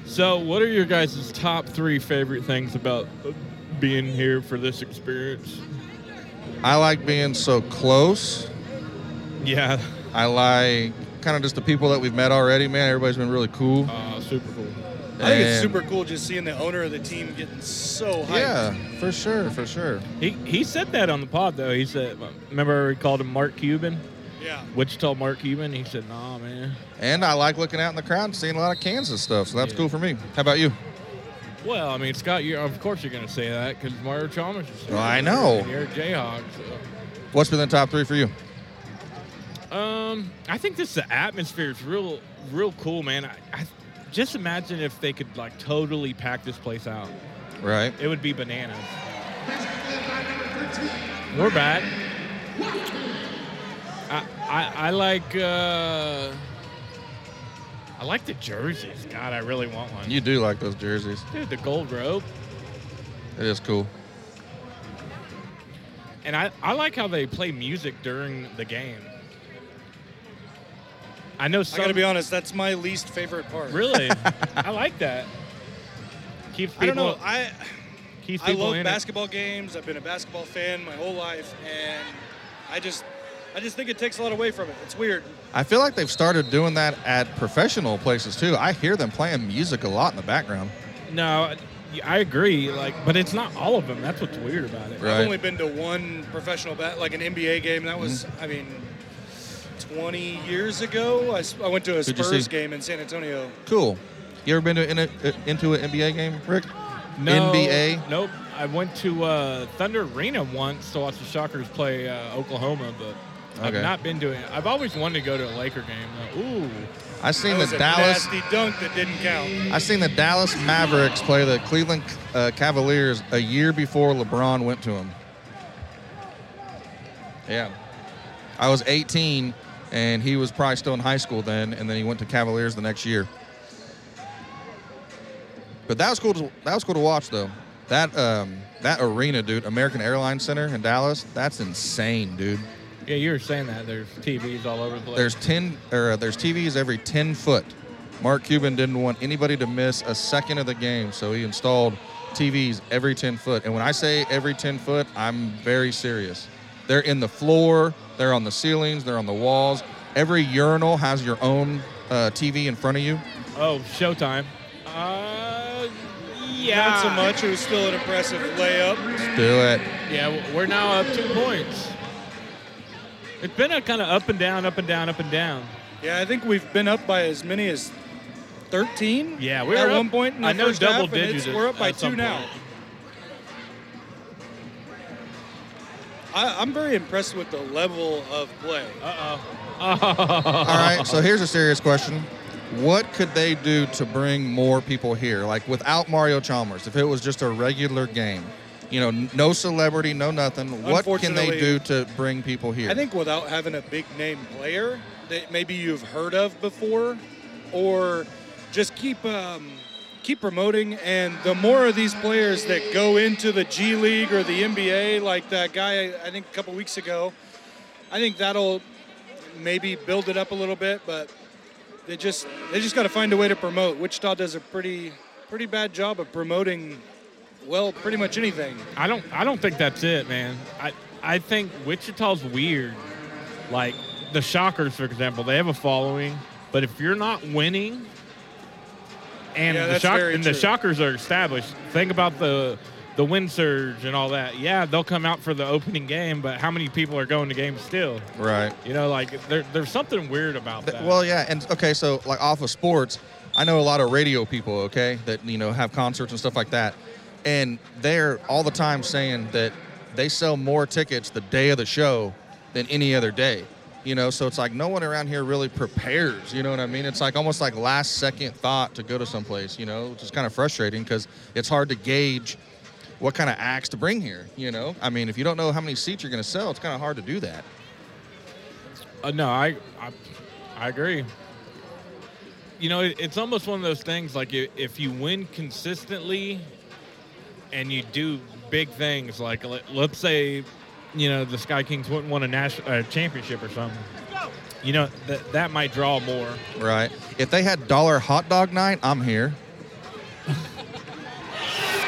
[SPEAKER 2] So, what are your guys' top three favorite things about uh, being here for this experience?
[SPEAKER 4] I like being so close.
[SPEAKER 2] Yeah,
[SPEAKER 4] I like kind of just the people that we've met already. Man, everybody's been really cool.
[SPEAKER 2] uh, super cool.
[SPEAKER 5] I think it's
[SPEAKER 4] And-
[SPEAKER 5] super cool just seeing the owner of the team getting so hyped.
[SPEAKER 4] Yeah, for sure, for sure.
[SPEAKER 2] He he said that on the pod though. He said, remember we called him Mark Cuban,
[SPEAKER 5] Yeah.
[SPEAKER 2] Wichita Mark Cuban. He said, Nah, man.
[SPEAKER 4] And I like looking out in the crowd and seeing a lot of Kansas stuff. So that's
[SPEAKER 2] Yeah.
[SPEAKER 4] cool for me. How about you?
[SPEAKER 2] Well, I mean, Scott, you of course you're gonna say that because Mario Chalmers is. here.
[SPEAKER 4] Well, I know.
[SPEAKER 2] And You're a Jayhawk. So.
[SPEAKER 4] What's been the top three for you?
[SPEAKER 2] Um, I think this the atmosphere is real, real cool, man. I, I just imagine if they could like totally pack this place out,
[SPEAKER 4] Right.
[SPEAKER 2] it would be bananas. We're back. I I, I like uh, I like the jerseys. God, I really want one.
[SPEAKER 4] You do like those jerseys.
[SPEAKER 2] Dude, the gold rope,
[SPEAKER 4] It is cool.
[SPEAKER 2] and I I like how they play music during the game. I know
[SPEAKER 5] I
[SPEAKER 2] some.
[SPEAKER 5] gotta be honest, that's my least favorite part.
[SPEAKER 2] Really? I like that. Keeps people,
[SPEAKER 5] I don't know. I
[SPEAKER 2] keeps
[SPEAKER 5] I
[SPEAKER 2] people
[SPEAKER 5] love
[SPEAKER 2] in it.
[SPEAKER 5] basketball games. I've been a basketball fan my whole life, and I just I just think it takes a lot away from it. It's weird.
[SPEAKER 4] I feel like they've started doing that at professional places too. I hear them playing music a lot in the background.
[SPEAKER 2] No, I- I agree. Like, but it's not all of them. That's what's weird about it.
[SPEAKER 4] Right.
[SPEAKER 5] I've only been to one professional bat, like an NBA game. That was,
[SPEAKER 4] Mm-hmm.
[SPEAKER 5] I mean, 20 years ago. I, s- I went to a
[SPEAKER 4] Who'd you
[SPEAKER 5] Spurs
[SPEAKER 4] see?
[SPEAKER 5] game in San Antonio.
[SPEAKER 4] Cool. You ever been to in a, uh, into an NBA game, Rick?
[SPEAKER 2] No,
[SPEAKER 4] NBA?
[SPEAKER 2] Nope. I went to uh, Thunder Arena once to watch the Shockers play uh, Oklahoma, but
[SPEAKER 4] Okay.
[SPEAKER 2] I've not been to it. I've always wanted to go to a Laker game. Though. Ooh,
[SPEAKER 4] I seen
[SPEAKER 5] That
[SPEAKER 4] the
[SPEAKER 5] was a
[SPEAKER 4] Dallas.
[SPEAKER 5] nasty dunk that didn't count.
[SPEAKER 4] I seen the Dallas Mavericks play the Cleveland uh, Cavaliers a year before LeBron went to them. Yeah. I was 18, and he was probably still in high school then, and then he went to Cavaliers the next year. But that was cool. To, that was cool to watch, though. That um, that arena, dude, American Airlines Center in Dallas. That's insane, dude.
[SPEAKER 2] yeah. You were saying that. There's TVs all over the place.
[SPEAKER 4] There's ten or uh, there's TVs every ten foot. Mark Cuban didn't want anybody to miss a second of the game, so he installed TVs every ten foot. And when I say every ten foot, I'm very serious. They're in the floor, they're on the ceilings, they're on the walls. Every urinal has your own uh, TV in front of you.
[SPEAKER 2] oh, Showtime. Uh, yeah.
[SPEAKER 5] Not so much. It was still an impressive layup.
[SPEAKER 4] Do it.
[SPEAKER 2] Yeah, w- we're now up two points. It's been a kind of up and down, up and down, up and down.
[SPEAKER 5] Yeah, I think we've been up by as many as 13.
[SPEAKER 2] Yeah, we
[SPEAKER 5] at
[SPEAKER 2] were up-
[SPEAKER 5] one point. In the
[SPEAKER 2] I know
[SPEAKER 5] first
[SPEAKER 2] double
[SPEAKER 5] half, and it's-
[SPEAKER 2] digits
[SPEAKER 5] We're up by
[SPEAKER 2] at some
[SPEAKER 5] two now.
[SPEAKER 2] point.
[SPEAKER 5] I, I'm very impressed with the level of play.
[SPEAKER 2] Uh oh.
[SPEAKER 4] All right. So here's a serious question. What could they do to bring more people here? Like without Mario Chalmers, if it was just a regular game, You know, n- no celebrity, no nothing. What can they
[SPEAKER 5] Unfortunately-
[SPEAKER 4] do to bring people here?
[SPEAKER 5] I think without having a big name player that maybe you've heard of before, or just keep um, keep promoting. And the more of these players that go into the G League or the NBA, like that guy I think a couple weeks ago, I think that'll maybe build it up a little bit. But they just they just got to find a way to promote. Wichita does a pretty pretty bad job of promoting. Well, pretty much anything.
[SPEAKER 2] I don't I don't think that's it, man. I I think Wichita's weird. Like the Shockers, for example, they have a following, but if you're not winning, and
[SPEAKER 5] Yeah,
[SPEAKER 2] the
[SPEAKER 5] that's
[SPEAKER 2] shock
[SPEAKER 5] very
[SPEAKER 2] and the
[SPEAKER 5] true.
[SPEAKER 2] Shockers are established. Think about the the win surge and all that. Yeah, they'll come out for the opening game, but how many people are going to games still?
[SPEAKER 4] right.
[SPEAKER 2] You know, like there, there's something weird about
[SPEAKER 4] Th-
[SPEAKER 2] that.
[SPEAKER 4] Well, yeah, and okay, so like off of sports, I know a lot of radio people, okay, that you know have concerts and stuff like that, and they're all the time saying that they sell more tickets the day of the show than any other day. You know, so it's like no one around here really prepares. You know what I mean? It's like almost like last second thought to go to someplace. You know, which is kind of frustrating because it's hard to gauge what kind of acts to bring here. You know, I mean, if you don't know how many seats you're going to sell, it's kind of hard to do that.
[SPEAKER 2] Uh, no, I, I, I agree. You know, it, it's almost one of those things like i- if you win consistently and you do big things, like let, let's say, you know, the Sky Kings wouldn't won a national uh, championship or something. You know, that that might draw more.
[SPEAKER 4] Right. If they had dollar hot dog night, I'm here.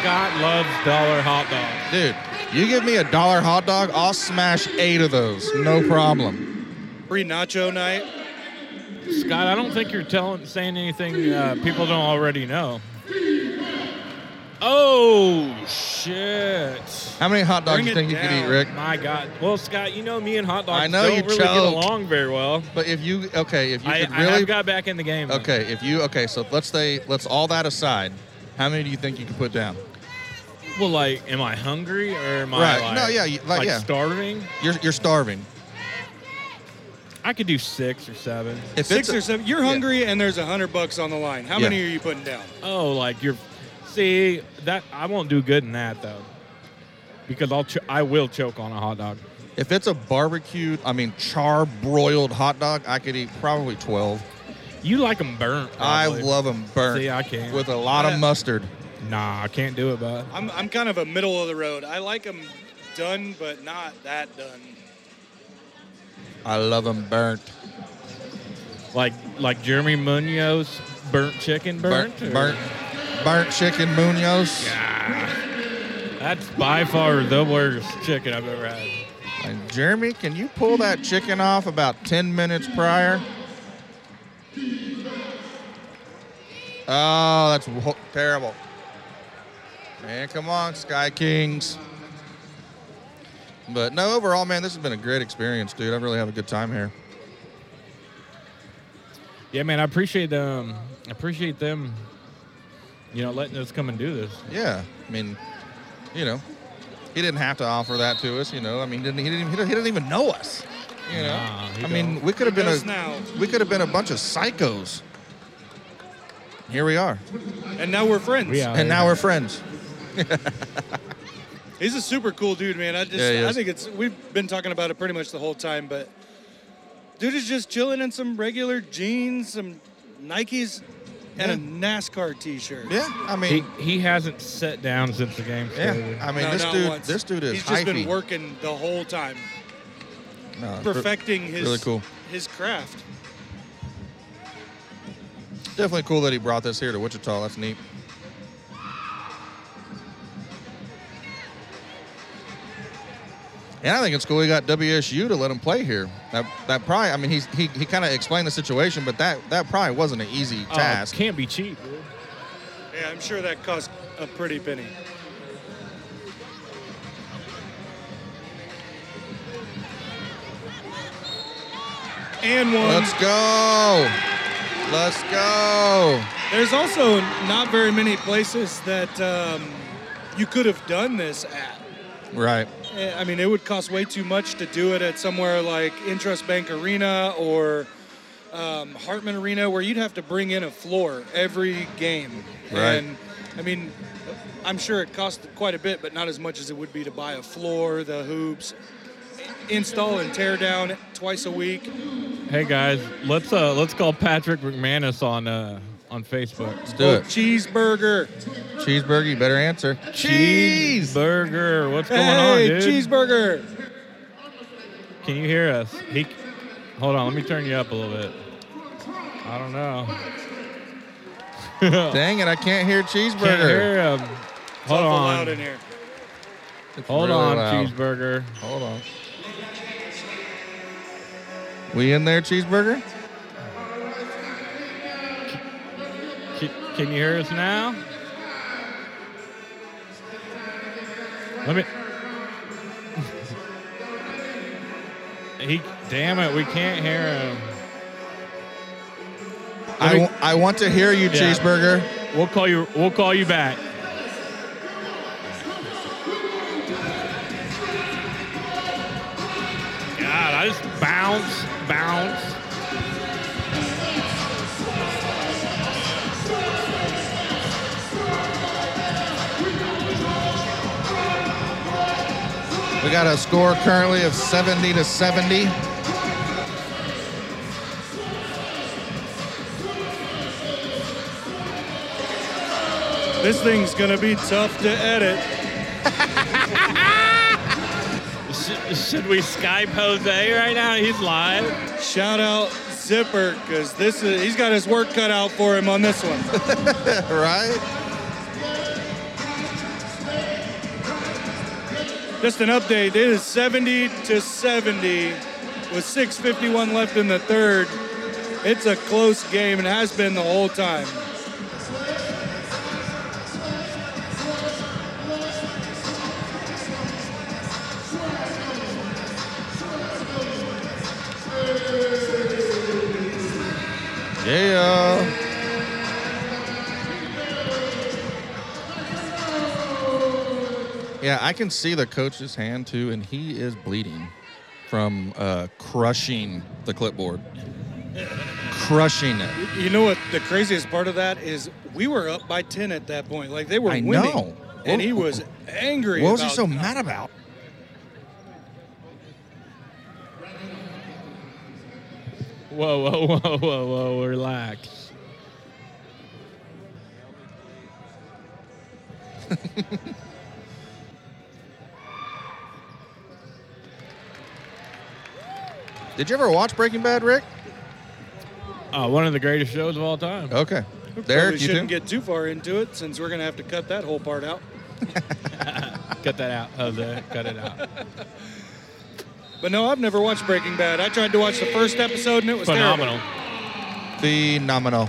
[SPEAKER 2] Scott loves dollar hot dogs.
[SPEAKER 4] Dude, you give me a dollar hot dog, I'll smash eight of those. No problem.
[SPEAKER 5] Free nacho night.
[SPEAKER 2] Scott, I don't think you're telling saying anything uh, people don't already know. Oh shit.
[SPEAKER 4] How many hot dogs
[SPEAKER 5] Bring
[SPEAKER 4] do you
[SPEAKER 5] it
[SPEAKER 4] think you could
[SPEAKER 5] down.
[SPEAKER 4] eat, Rick?
[SPEAKER 2] My God. Well, Scott, you know me and hot dogs
[SPEAKER 4] I know
[SPEAKER 2] don't
[SPEAKER 4] you
[SPEAKER 2] really
[SPEAKER 4] choke.
[SPEAKER 2] get along very well.
[SPEAKER 4] But if you okay, if you
[SPEAKER 2] I,
[SPEAKER 4] could
[SPEAKER 2] I
[SPEAKER 4] really
[SPEAKER 2] have got back in the game. though.
[SPEAKER 4] Okay, if you okay, so let's say let's all that aside, how many do you think you could put down?
[SPEAKER 2] Well, like, am I hungry or am I
[SPEAKER 4] Right.
[SPEAKER 2] like,
[SPEAKER 4] No, yeah, you- like, yeah.
[SPEAKER 2] starving?
[SPEAKER 4] You're you're starving.
[SPEAKER 2] I could do six or seven.
[SPEAKER 4] If it's
[SPEAKER 5] Six
[SPEAKER 4] a-
[SPEAKER 5] or seven. You're hungry, and there's a hundred bucks on the line. How
[SPEAKER 4] Yeah.
[SPEAKER 5] many are you putting down?
[SPEAKER 2] Oh, like you're. See that I won't do good in that though, because I'll cho- I will choke on a hot dog.
[SPEAKER 4] if it's a barbecued, I mean char broiled hot dog, I could eat probably twelve.
[SPEAKER 2] You like them burnt?
[SPEAKER 4] I
[SPEAKER 2] probably.
[SPEAKER 4] love them burnt
[SPEAKER 2] See, I can't.
[SPEAKER 4] with a lot
[SPEAKER 5] Yeah.
[SPEAKER 4] of mustard.
[SPEAKER 2] Nah, I can't do it, bud.
[SPEAKER 5] I'm, I'm kind of a middle of the road. I like them done, but not that done.
[SPEAKER 4] I love them burnt.
[SPEAKER 2] Like like Jeremy Munoz burnt chicken burnt
[SPEAKER 4] burnt,
[SPEAKER 2] or-
[SPEAKER 4] burnt, burnt chicken munos.
[SPEAKER 2] That's by far the worst chicken I've ever had.
[SPEAKER 4] And Jeremy, can you pull that chicken off about 10 minutes prior? Oh, that's wo- terrible. Man, come on, Sky Kings. But no, overall, man, this has been a great experience, dude. I really have a good time here.
[SPEAKER 2] Yeah, man, I appreciate um, I appreciate them, you know, letting us come and do this.
[SPEAKER 4] Yeah, I mean, you know, he didn't have to offer that to us. You know, I mean, he didn't he didn't, he didn't, he didn't even know us. You know,
[SPEAKER 2] Nah, he
[SPEAKER 4] I mean,
[SPEAKER 2] don't.
[SPEAKER 4] we could have been
[SPEAKER 5] Just
[SPEAKER 4] a
[SPEAKER 5] now,
[SPEAKER 4] we could have been a bunch of psychos. Here we are,
[SPEAKER 5] Oh, and now we're friends.
[SPEAKER 2] We out
[SPEAKER 4] and now
[SPEAKER 2] here.
[SPEAKER 4] we're friends.
[SPEAKER 5] He's a super cool dude, man. I just
[SPEAKER 4] Yeah, he
[SPEAKER 5] I
[SPEAKER 4] is.
[SPEAKER 5] think it's we've been talking about it pretty much the whole time, but dude is just chilling in some regular jeans, some Nikes, and a NASCAR T-shirt.
[SPEAKER 4] Yeah, I
[SPEAKER 2] he
[SPEAKER 4] mean,
[SPEAKER 2] he hasn't sat down since the game
[SPEAKER 4] yeah,
[SPEAKER 2] started.
[SPEAKER 4] I mean,
[SPEAKER 5] No,
[SPEAKER 4] this
[SPEAKER 5] not
[SPEAKER 4] dude,
[SPEAKER 5] once.
[SPEAKER 4] this dude is
[SPEAKER 5] He's just been
[SPEAKER 4] hyphy.
[SPEAKER 5] working the whole time,
[SPEAKER 4] No, it's
[SPEAKER 5] perfecting his
[SPEAKER 4] really cool.
[SPEAKER 5] his craft.
[SPEAKER 4] Definitely cool that he brought this here to Wichita. That's neat. And I think it's cool he got WSU to let him play here. That that probably, I mean, he's, he he kind of explained the situation, but that that probably wasn't an easy
[SPEAKER 2] Oh,
[SPEAKER 4] task.
[SPEAKER 2] can't be cheap. dude.
[SPEAKER 5] Yeah, I'm sure that cost a pretty penny. And one.
[SPEAKER 4] Let's go. Let's go.
[SPEAKER 5] There's also not very many places that um, you could have done this at.
[SPEAKER 4] Right.
[SPEAKER 5] Eh, I mean, it would cost way too much to do it at somewhere like Interest Bank Arena or um, Hartman Arena, where you'd have to bring in a floor every game.
[SPEAKER 4] Right.
[SPEAKER 5] And I mean, I'm sure it costs quite a bit, but not as much as it would be to buy a floor, the hoops, install and tear down twice a week.
[SPEAKER 2] Hey guys, let's uh let's call Patrick McManus on uh on Facebook.
[SPEAKER 4] Do
[SPEAKER 5] Oh,
[SPEAKER 4] it.
[SPEAKER 5] cheeseburger.
[SPEAKER 4] Cheeseburger, you better answer.
[SPEAKER 2] Cheeseburger, what's going
[SPEAKER 5] hey,
[SPEAKER 2] on, dude?
[SPEAKER 5] cheeseburger.
[SPEAKER 2] Can you hear us? He, hold on, let me turn you up a little bit. I don't know.
[SPEAKER 4] Dang it, I can't hear
[SPEAKER 2] Can't
[SPEAKER 4] cheeseburger.
[SPEAKER 2] hear him.
[SPEAKER 5] It's
[SPEAKER 2] Hold
[SPEAKER 5] awful
[SPEAKER 2] on.
[SPEAKER 5] loud in here.
[SPEAKER 4] It's
[SPEAKER 2] Hold
[SPEAKER 4] really
[SPEAKER 2] on,
[SPEAKER 4] loud.
[SPEAKER 2] cheeseburger.
[SPEAKER 4] Hold on. We in there, cheeseburger?
[SPEAKER 2] Can, can you hear us now? Let me. he, damn it, we can't hear him.
[SPEAKER 4] I,
[SPEAKER 2] me-
[SPEAKER 4] w- I want to hear you,
[SPEAKER 2] Yeah.
[SPEAKER 4] cheeseburger.
[SPEAKER 2] We'll call you. We'll call you back. God, I just bounce, bounce.
[SPEAKER 4] We got a score currently of 70 to 70.
[SPEAKER 5] This thing's gonna be tough to edit.
[SPEAKER 2] Should, should we Skype Jose right now? He's live.
[SPEAKER 5] Shout out Zipper, cause this is he's got his work cut out for him on this one.
[SPEAKER 4] Right?
[SPEAKER 5] Just an update. It is 70 to 70 with 6.51 left in the third. It's a close game and has been the whole time.
[SPEAKER 4] Yeah. Yeah, I can see the coach's hand too, and he is bleeding from uh, crushing the clipboard. crushing it.
[SPEAKER 5] You know what? The craziest part of that is we were up by 10 at that point. Like they were
[SPEAKER 4] I
[SPEAKER 5] winning.
[SPEAKER 4] know.
[SPEAKER 5] And he
[SPEAKER 4] What-
[SPEAKER 5] was angry.
[SPEAKER 4] What was he
[SPEAKER 5] about-
[SPEAKER 4] so mad about?
[SPEAKER 2] Whoa, whoa, whoa, whoa, whoa, relax.
[SPEAKER 4] Did you ever watch Breaking Bad, Rick?
[SPEAKER 2] Uh, one of the greatest shows of all time.
[SPEAKER 4] Okay.
[SPEAKER 5] Probably
[SPEAKER 4] Derek, you too?
[SPEAKER 5] shouldn't get too far into it since we're gonna have to cut that whole part out.
[SPEAKER 2] Cut that out, Jose. Cut it out.
[SPEAKER 5] But no, I've never watched Breaking Bad. I tried to watch the first episode and it was terrible.
[SPEAKER 2] Phenomenal.
[SPEAKER 4] Phenomenal.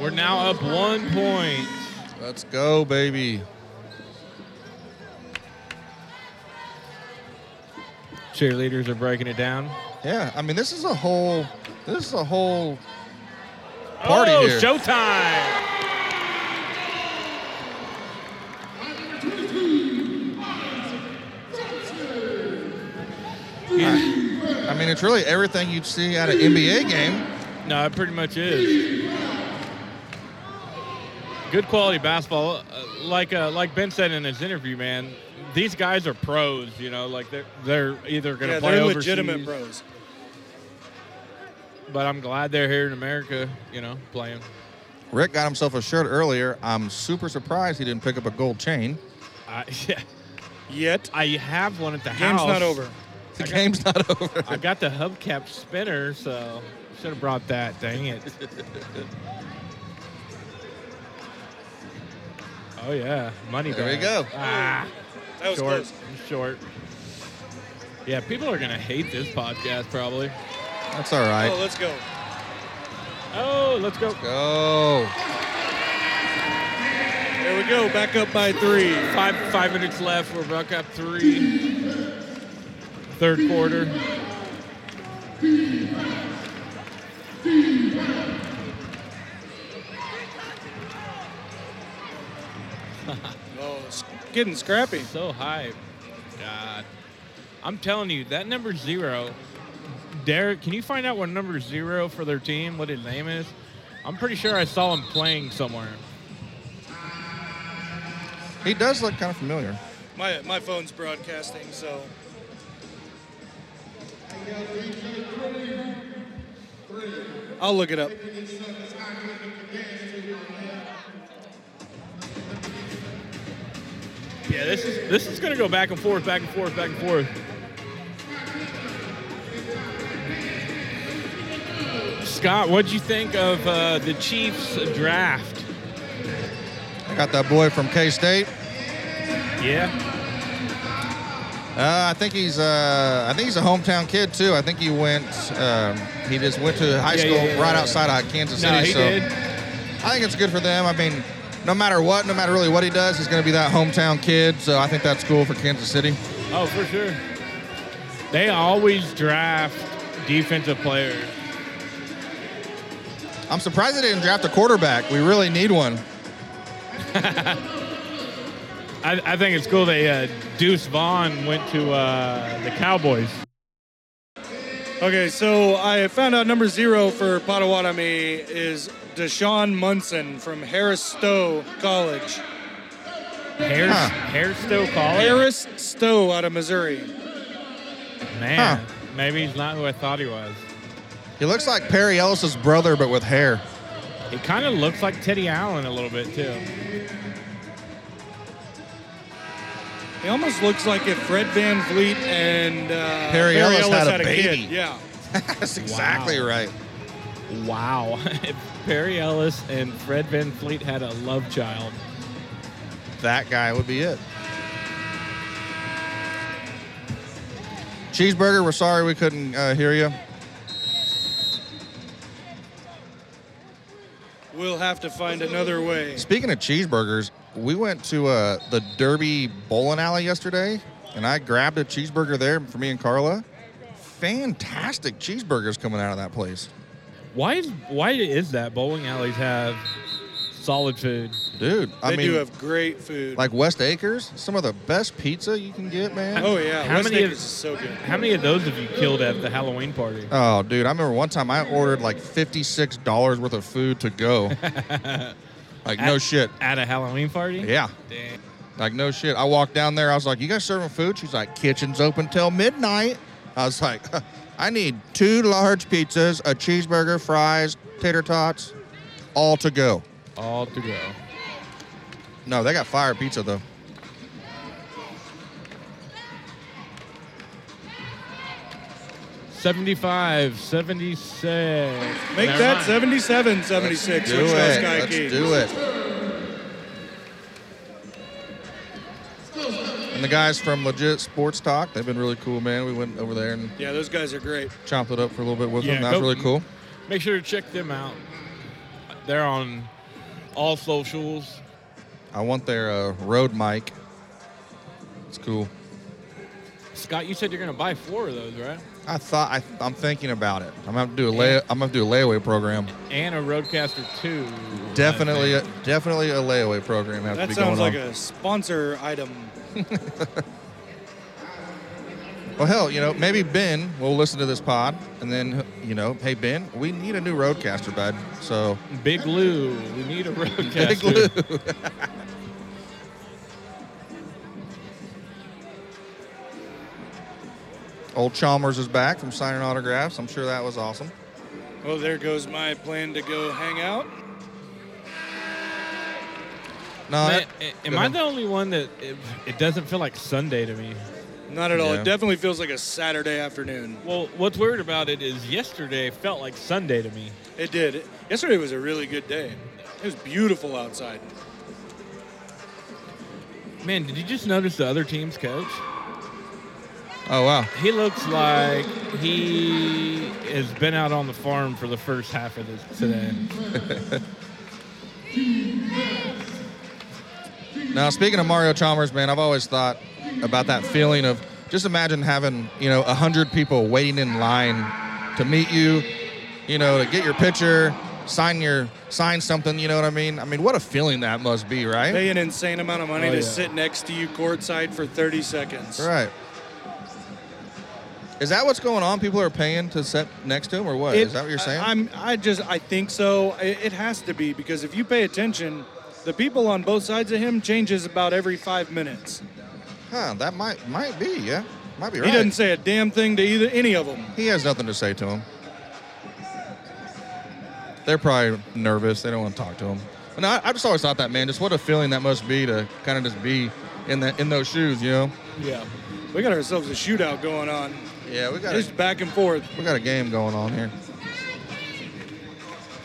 [SPEAKER 2] We're now up one point.
[SPEAKER 4] Let's go, baby.
[SPEAKER 2] Cheerleaders are breaking it down.
[SPEAKER 4] Yeah, I mean, this is a whole, this is a whole party
[SPEAKER 2] oh,
[SPEAKER 4] here.
[SPEAKER 2] showtime!
[SPEAKER 4] I mean, it's really everything you'd see at an NBA game.
[SPEAKER 2] No, it pretty much is. Good quality basketball. Uh, like uh, like Ben said in his interview, man, these guys are pros. You know, like they're they're either going to
[SPEAKER 5] Yeah,
[SPEAKER 2] play
[SPEAKER 5] they're
[SPEAKER 2] overseas,
[SPEAKER 5] legitimate bros.
[SPEAKER 2] but I'm glad they're here in America. You know, playing.
[SPEAKER 4] Rick got himself a shirt earlier. I'm super surprised he didn't pick up a gold chain.
[SPEAKER 2] I, yeah,
[SPEAKER 5] Yet
[SPEAKER 2] I have one at the
[SPEAKER 5] game's
[SPEAKER 2] house.
[SPEAKER 5] not over.
[SPEAKER 4] The game's not over.
[SPEAKER 2] I got the hubcap spinner, so should have brought that. Dang it. oh yeah, money.
[SPEAKER 4] There we
[SPEAKER 2] bag.
[SPEAKER 4] go.
[SPEAKER 2] Ah,
[SPEAKER 5] That was
[SPEAKER 2] short,
[SPEAKER 5] close.
[SPEAKER 2] short. Yeah, people are gonna hate this podcast probably.
[SPEAKER 4] That's all
[SPEAKER 5] Oh,
[SPEAKER 4] right.
[SPEAKER 5] let's go.
[SPEAKER 2] Oh, let's go.
[SPEAKER 4] Go.
[SPEAKER 5] There we go. Back up by three.
[SPEAKER 2] Five five minutes left. We're back up three. Third quarter.
[SPEAKER 5] Oh, it's getting scrappy.
[SPEAKER 2] So hype. God. I'm telling you, that number zero. Derek, can you find out what number zero for their team, what his name is? I'm pretty sure I saw him playing somewhere.
[SPEAKER 4] He does look kind of familiar.
[SPEAKER 5] My my phone's broadcasting, so I'll look it up.
[SPEAKER 2] Yeah, this is this is gonna go back and forth, back and forth, back and forth. Scott, what'd you think of uh, the Chiefs draft?
[SPEAKER 4] I got that boy from K State.
[SPEAKER 2] Yeah,
[SPEAKER 4] Uh, I think he's uh, I think he's a hometown kid too. I think he went um, he just went to high
[SPEAKER 2] Yeah,
[SPEAKER 4] school
[SPEAKER 2] yeah, yeah,
[SPEAKER 4] right
[SPEAKER 2] yeah.
[SPEAKER 4] outside of Kansas
[SPEAKER 2] no,
[SPEAKER 4] City.
[SPEAKER 2] he
[SPEAKER 4] so
[SPEAKER 2] did.
[SPEAKER 4] I think it's good for them. I mean, no matter what, no matter really what he does, he's going to be that hometown kid. So I think that's cool for Kansas City.
[SPEAKER 2] Oh, for sure. They always draft defensive players.
[SPEAKER 4] I'm surprised they didn't draft a quarterback. We really need one.
[SPEAKER 2] I, I think it's cool they uh, Deuce Vaughn went to uh, the Cowboys.
[SPEAKER 5] Okay, so I found out number zero for Potawatomi is Deshaun Munson from Harris Stowe College.
[SPEAKER 2] Hair,
[SPEAKER 4] Huh.
[SPEAKER 2] hair still calling?
[SPEAKER 5] Harris Stowe out of Missouri.
[SPEAKER 2] Man,
[SPEAKER 4] Huh.
[SPEAKER 2] maybe he's not who I thought he was.
[SPEAKER 4] He looks like Perry Ellis's brother, but with hair.
[SPEAKER 2] He kind of looks like Teddy Allen a little bit too.
[SPEAKER 5] He almost looks like if Fred Van Vliet and uh,
[SPEAKER 4] Perry Ellis had a baby.
[SPEAKER 5] kid. Yeah.
[SPEAKER 4] that's exactly right.
[SPEAKER 2] Wow. if Perry Ellis and Fred Van Fleet had a love child.
[SPEAKER 4] That guy would be it. Cheeseburger, we're sorry we couldn't uh, hear you.
[SPEAKER 5] We'll have to find another way.
[SPEAKER 4] Speaking of cheeseburgers, we went to uh, the Derby Bowling Alley yesterday, and I grabbed a cheeseburger there for me and Carla. Fantastic cheeseburgers coming out of that place,
[SPEAKER 2] Why is why is that bowling alleys have solid food?
[SPEAKER 4] dude.
[SPEAKER 5] They
[SPEAKER 4] I mean,
[SPEAKER 5] do have great food.
[SPEAKER 4] like West Acres, some of the best pizza you can get, man.
[SPEAKER 5] oh yeah,
[SPEAKER 2] How
[SPEAKER 5] West
[SPEAKER 2] many of-
[SPEAKER 5] Acres is so good.
[SPEAKER 2] How many of those have you killed at the Halloween party?
[SPEAKER 4] Oh, dude, I remember one time I ordered like fifty-six dollars worth of food to go. like no
[SPEAKER 2] At-
[SPEAKER 4] shit.
[SPEAKER 2] At a Halloween party?
[SPEAKER 4] Yeah.
[SPEAKER 2] Damn.
[SPEAKER 4] Like no shit. I walked down there. I was like, "You guys serving food?" She's like, "Kitchen's open till midnight." I was like, "I need two large pizzas, a cheeseburger, fries, tater tots, all to go."
[SPEAKER 2] All to go.
[SPEAKER 4] No, they got fire pizza though.
[SPEAKER 2] Seventy-five, seventy-six.
[SPEAKER 5] Make
[SPEAKER 2] Never
[SPEAKER 5] that
[SPEAKER 2] mind.
[SPEAKER 5] 77, 76.
[SPEAKER 4] Do
[SPEAKER 5] Wichita
[SPEAKER 4] it.
[SPEAKER 5] Sky
[SPEAKER 4] Let's
[SPEAKER 5] Key.
[SPEAKER 4] do it. And the guys from Legit Sports Talk, they've been really cool, man. We went over there and
[SPEAKER 5] Yeah, those guys are great.
[SPEAKER 4] chopped it up for a little bit with
[SPEAKER 2] Yeah,
[SPEAKER 4] them. That was
[SPEAKER 2] go-
[SPEAKER 4] really cool.
[SPEAKER 2] Make sure to check them out. They're on all socials.
[SPEAKER 4] I want their uh, road mic. It's cool.
[SPEAKER 2] Scott, you said you're gonna buy four of those, right?
[SPEAKER 4] I thought I, I'm thinking about it. I'm gonna have to do a lay, I'm gonna have to do a layaway program.
[SPEAKER 2] And a Roadcaster two.
[SPEAKER 4] Definitely, a, definitely a layaway program has to
[SPEAKER 5] That
[SPEAKER 4] be
[SPEAKER 5] sounds
[SPEAKER 4] going
[SPEAKER 5] like
[SPEAKER 4] on.
[SPEAKER 5] a sponsor item.
[SPEAKER 4] well, hell, you know, maybe Ben will listen to this pod, and then you know, hey Ben, we need a new roadcaster, bud. So
[SPEAKER 2] Big Lou. We need a Roadcaster.
[SPEAKER 4] big Lou. Old Chalmers is back from signing autographs. I'm sure that was awesome.
[SPEAKER 5] Oh, there goes my plan to go hang out.
[SPEAKER 4] No,
[SPEAKER 2] Man,
[SPEAKER 4] that-
[SPEAKER 2] a- am I the only one that it, it doesn't feel like Sunday to me?
[SPEAKER 5] Not at all.
[SPEAKER 4] Yeah.
[SPEAKER 5] It definitely feels like a Saturday afternoon.
[SPEAKER 2] Well, what's weird about it is yesterday felt like Sunday to me.
[SPEAKER 5] It did. Yesterday was a really good day. It was beautiful outside.
[SPEAKER 2] Man, did you just notice the other team's coach?
[SPEAKER 4] oh wow,
[SPEAKER 2] He looks like he has been out on the farm for the first half of this today.
[SPEAKER 4] Now, speaking of Mario Chalmers, man, I've always thought about that feeling of just imagine having, you know, 100 people waiting in line to meet you, you know, to get your picture, sign your sign something, you know what I mean? I mean, what a feeling that must be, right?
[SPEAKER 5] Pay an insane amount of money
[SPEAKER 2] Oh,
[SPEAKER 5] to
[SPEAKER 2] yeah.
[SPEAKER 5] sit next to you courtside for 30 seconds.
[SPEAKER 4] Right. Is that what's going on? People are paying to sit next to him, or what? Is
[SPEAKER 5] It-
[SPEAKER 4] that what you're saying?
[SPEAKER 5] I, am I just. I think so. I- It, has to be because if you pay attention, the people on both sides of him changes about every five minutes.
[SPEAKER 4] huh? That might might be. Yeah, might be right.
[SPEAKER 5] He doesn't say a damn thing to either any of them.
[SPEAKER 4] He has nothing to say to him. They're probably nervous. They don't want to talk to him. And I, I just always thought that, man. Just what a feeling that must be to kind of just be in that in those shoes, you know?
[SPEAKER 5] Yeah, we got ourselves a shootout going on.
[SPEAKER 4] Yeah, we got
[SPEAKER 5] Just back and forth.
[SPEAKER 4] we got a game going on here.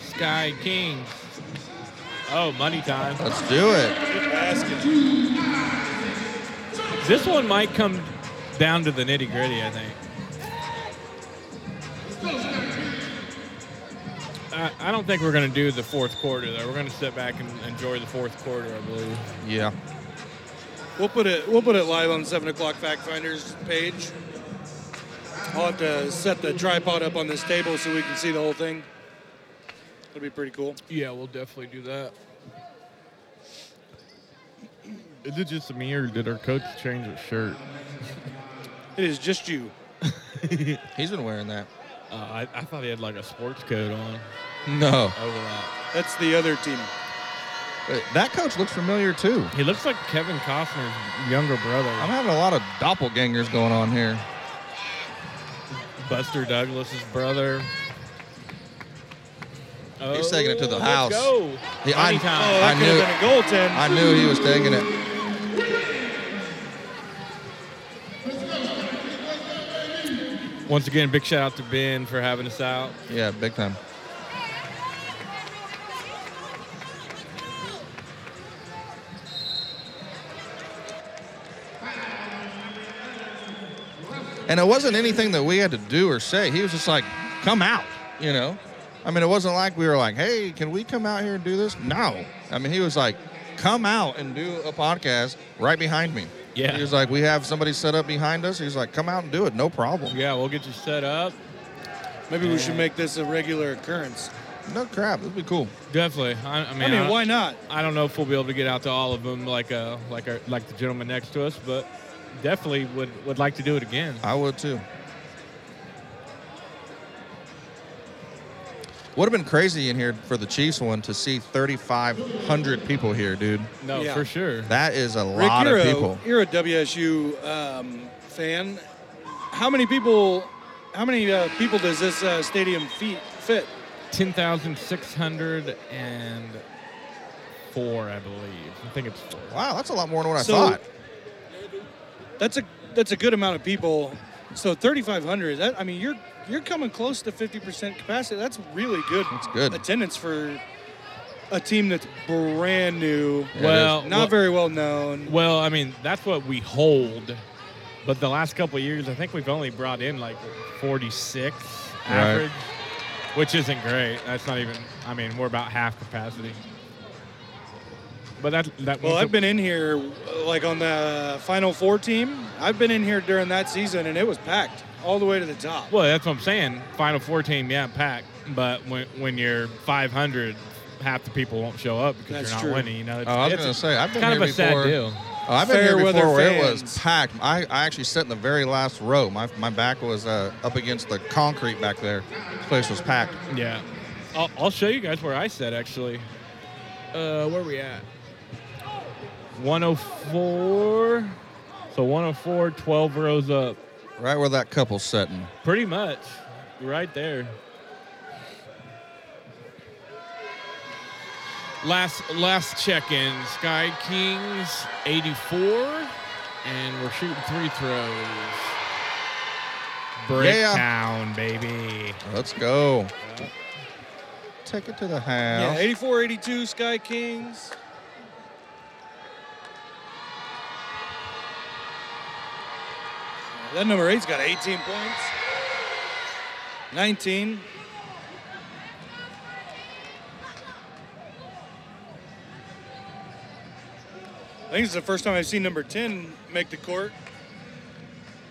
[SPEAKER 2] Sky Kings. Oh, money time.
[SPEAKER 4] Let's do it.
[SPEAKER 2] This one might come down to the nitty gritty, I think. I, I don't think we're going to do the fourth quarter, though. We're going to sit back and enjoy the fourth quarter, I believe.
[SPEAKER 4] Yeah.
[SPEAKER 5] We'll put it. We'll put it live on the seven o'clock Fact Finders page. I'll have to set the tripod up on this table so we can see the whole thing. That'd be pretty cool.
[SPEAKER 2] Yeah, we'll definitely do that. Is it just me, or did our coach change his shirt?
[SPEAKER 5] It is just you.
[SPEAKER 4] He's been wearing that.
[SPEAKER 2] Uh, I, I thought he had like a sports coat on
[SPEAKER 4] No.
[SPEAKER 2] over that.
[SPEAKER 5] That's the other team.
[SPEAKER 4] But That coach looks familiar too.
[SPEAKER 2] He looks like Kevin Costner's younger brother,
[SPEAKER 4] I'm having a lot of doppelgangers going on here.
[SPEAKER 2] Buster Douglas's brother.
[SPEAKER 4] He's taking it to the
[SPEAKER 2] Oh,
[SPEAKER 4] house.
[SPEAKER 2] Let's go.
[SPEAKER 4] Yeah,
[SPEAKER 2] Money
[SPEAKER 4] I-
[SPEAKER 5] Oh,
[SPEAKER 2] time.
[SPEAKER 5] that
[SPEAKER 4] I
[SPEAKER 5] could
[SPEAKER 4] knew-
[SPEAKER 5] have been a goaltend.
[SPEAKER 4] I knew he was taking it.
[SPEAKER 2] Once again, big shout out to Ben for having us out.
[SPEAKER 4] Yeah, big time. And it wasn't anything that we had to do or say. He was just like, come out, you know? I mean, it wasn't like we were like, hey, can we come out here and do this? No. I mean, he was like, come out and do a podcast right behind me.
[SPEAKER 2] Yeah.
[SPEAKER 4] He was like, we have somebody set up behind us. He was like, come out and do it. No problem.
[SPEAKER 2] Yeah, we'll get you set up.
[SPEAKER 5] Maybe we should make this a regular occurrence.
[SPEAKER 4] No crap. It'd be cool.
[SPEAKER 2] Definitely. I, I mean,
[SPEAKER 5] I mean, why not?
[SPEAKER 2] I don't know if we'll be able to get out to all of them like uh like our, like the gentleman next to us, but definitely would would like to do it again.
[SPEAKER 4] I would too. Would have been crazy in here for the Chiefs one to see 3,500 people here, dude.
[SPEAKER 2] No,
[SPEAKER 5] Yeah.
[SPEAKER 2] for sure.
[SPEAKER 4] That is a
[SPEAKER 5] Rick,
[SPEAKER 4] lot
[SPEAKER 5] you're,
[SPEAKER 4] of
[SPEAKER 5] a,
[SPEAKER 4] people.
[SPEAKER 5] you're a WSU um, fan. How many people? How many uh, people does this uh, stadium feet fit?
[SPEAKER 2] Ten thousand six hundred and four, I believe. I think it's four.
[SPEAKER 4] Wow, that's a lot more than what I
[SPEAKER 5] So-
[SPEAKER 4] thought.
[SPEAKER 5] That's a that's a good amount of people. So 3,500. That I mean, you're you're coming close to 50% capacity. That's really good.
[SPEAKER 4] That's good.
[SPEAKER 5] attendance for a team that's brand new,
[SPEAKER 4] Yeah, it
[SPEAKER 2] Well,
[SPEAKER 5] not
[SPEAKER 2] well-
[SPEAKER 5] very well known.
[SPEAKER 2] Well, I mean, that's what we hold. But the last couple of years, I think we've only brought in like 46
[SPEAKER 4] Right.
[SPEAKER 2] average, which isn't great. That's not even. I mean, we're about half capacity. But that that.
[SPEAKER 5] Well,
[SPEAKER 2] once
[SPEAKER 5] I've been in here, like on the Final Four team. I've been in here during that season, and it was packed all the way to the top.
[SPEAKER 2] Well, that's what I'm saying. Final four team, yeah, packed. But when when you're 500, half the people won't show up because
[SPEAKER 5] That's
[SPEAKER 2] you're not
[SPEAKER 5] true.
[SPEAKER 2] winning. You know, it's,
[SPEAKER 4] Oh, I was
[SPEAKER 2] it's
[SPEAKER 4] going to say, I've been
[SPEAKER 2] kind of
[SPEAKER 4] here
[SPEAKER 2] a sad
[SPEAKER 4] before.
[SPEAKER 2] deal.
[SPEAKER 4] Oh, I've been here
[SPEAKER 5] Fair
[SPEAKER 4] before
[SPEAKER 5] weather
[SPEAKER 4] where it was
[SPEAKER 5] fans.
[SPEAKER 4] packed. I, I actually sat in the very last row. My, my back was uh, up against the concrete back there. This place was packed.
[SPEAKER 2] Yeah, I'll, I'll show you guys where I sat actually. Uh, where we at? 104. So 104, 12 rows up,
[SPEAKER 4] Right where that couple's sitting.
[SPEAKER 2] pretty much, right there. Last last check-in, Sky Kings 84, and we're shooting three throws.
[SPEAKER 4] Yeah.
[SPEAKER 2] Breakdown, baby.
[SPEAKER 4] Let's go. Take it to the house.
[SPEAKER 5] yeah, 84, 82, Sky Kings. That number eight's got 18 points. 19. I think it's the first time I've seen number 10 make the court.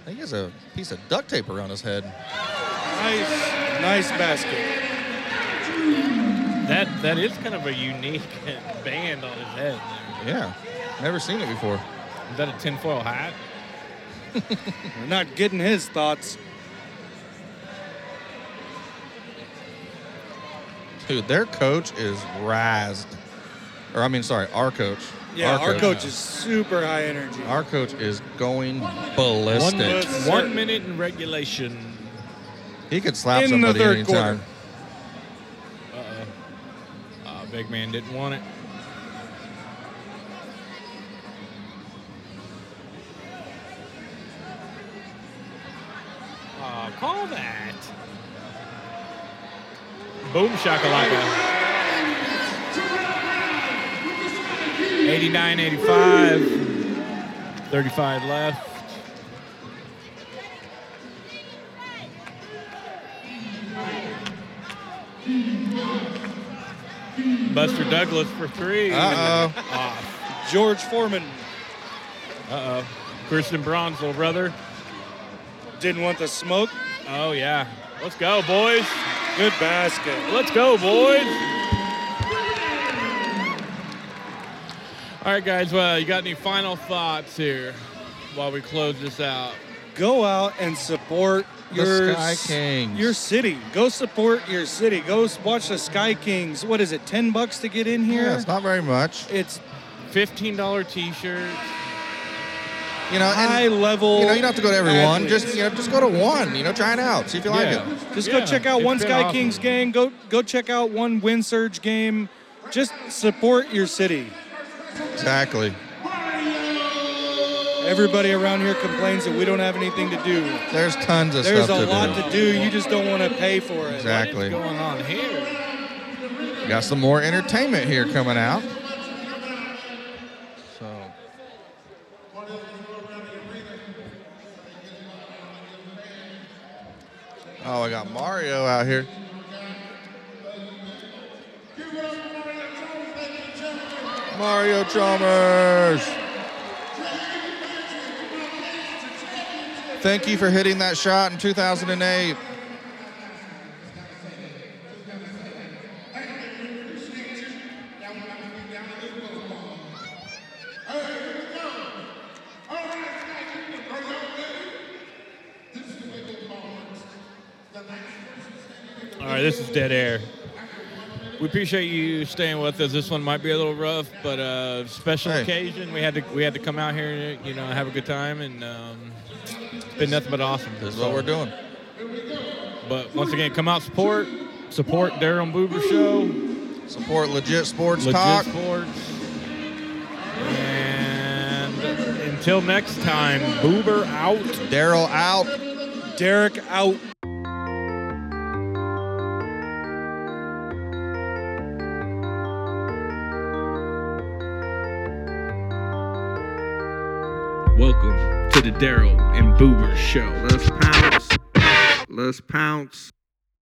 [SPEAKER 4] I think he has a piece of duct tape around his head.
[SPEAKER 5] Nice, nice basket.
[SPEAKER 2] That that is kind of a unique band on his head.
[SPEAKER 4] Yeah. Never seen it before.
[SPEAKER 2] Is that a tinfoil hat?
[SPEAKER 5] We're not getting his thoughts.
[SPEAKER 4] Dude, their coach is razzed. Or I mean, sorry, our coach.
[SPEAKER 5] Yeah, our, coach, is super high energy.
[SPEAKER 4] Our coach is going
[SPEAKER 2] One,
[SPEAKER 4] ballistic.
[SPEAKER 5] minute-
[SPEAKER 2] one minute in regulation.
[SPEAKER 4] He could slap
[SPEAKER 5] In the
[SPEAKER 4] somebody
[SPEAKER 5] third
[SPEAKER 4] anytime.
[SPEAKER 5] quarter.
[SPEAKER 2] Uh-oh. Uh, big man didn't want it. Oh, call that. Boom shakalaka. 89 85. 35 left. Buster Douglas for three.
[SPEAKER 4] Uh oh.
[SPEAKER 5] George Foreman
[SPEAKER 2] Uh oh. Kristen Braun's little brother.
[SPEAKER 5] didn't want the smoke.
[SPEAKER 2] Oh, yeah. Let's go, boys.
[SPEAKER 5] Good basket.
[SPEAKER 2] Let's go, boys. All right, guys. Well, you got any final thoughts here while we close this out?
[SPEAKER 5] Go out and support
[SPEAKER 4] The
[SPEAKER 5] your
[SPEAKER 4] Sky
[SPEAKER 5] s-
[SPEAKER 4] Kings.
[SPEAKER 5] Your city. Go support your city. Go s- watch the Sky Kings. What is it? Ten bucks to get in here.
[SPEAKER 4] Yeah, it's not very much.
[SPEAKER 5] It's
[SPEAKER 2] $15 t shirts.
[SPEAKER 4] You know,
[SPEAKER 5] high
[SPEAKER 4] and,
[SPEAKER 5] level.
[SPEAKER 4] you know, you don't have to go to everyone.
[SPEAKER 5] athletes.
[SPEAKER 4] Just you know, just go to one. You know, try it out. See if you like it.
[SPEAKER 5] Just
[SPEAKER 2] Yeah,
[SPEAKER 5] go check out
[SPEAKER 2] it's
[SPEAKER 5] one
[SPEAKER 2] been
[SPEAKER 5] Sky
[SPEAKER 2] awesome.
[SPEAKER 5] Kings game. Go go check out one Wind Surge game. Just support your city.
[SPEAKER 4] Exactly.
[SPEAKER 5] Everybody around here complains that we don't have anything to do.
[SPEAKER 4] There's tons of
[SPEAKER 5] There's
[SPEAKER 4] stuff
[SPEAKER 5] a
[SPEAKER 4] to
[SPEAKER 5] lot
[SPEAKER 4] do.
[SPEAKER 5] to do. You just don't want to pay for it.
[SPEAKER 2] What is
[SPEAKER 4] Exactly.
[SPEAKER 2] going on here?
[SPEAKER 4] Got some more entertainment here coming out. So. Oh, I got Mario out here. Mario Chalmers. Thank you for hitting that shot in 2008.
[SPEAKER 2] All right, this is dead air. We appreciate you staying with us. This one might be a little rough, but uh, special
[SPEAKER 4] Hey.
[SPEAKER 2] occasion. We had to we had to come out here, you know, have a good time, and um, it's been nothing but awesome.
[SPEAKER 4] This is what we're doing.
[SPEAKER 2] But once again, come out support support Daryl Boober Show.
[SPEAKER 4] Support legit sports
[SPEAKER 2] Legit
[SPEAKER 4] talk.
[SPEAKER 2] Sports. And until next time, Boober out.
[SPEAKER 4] Daryl out.
[SPEAKER 5] Derek out.
[SPEAKER 9] Welcome to the Daryl and Boober Show. Let's pounce. Let's pounce.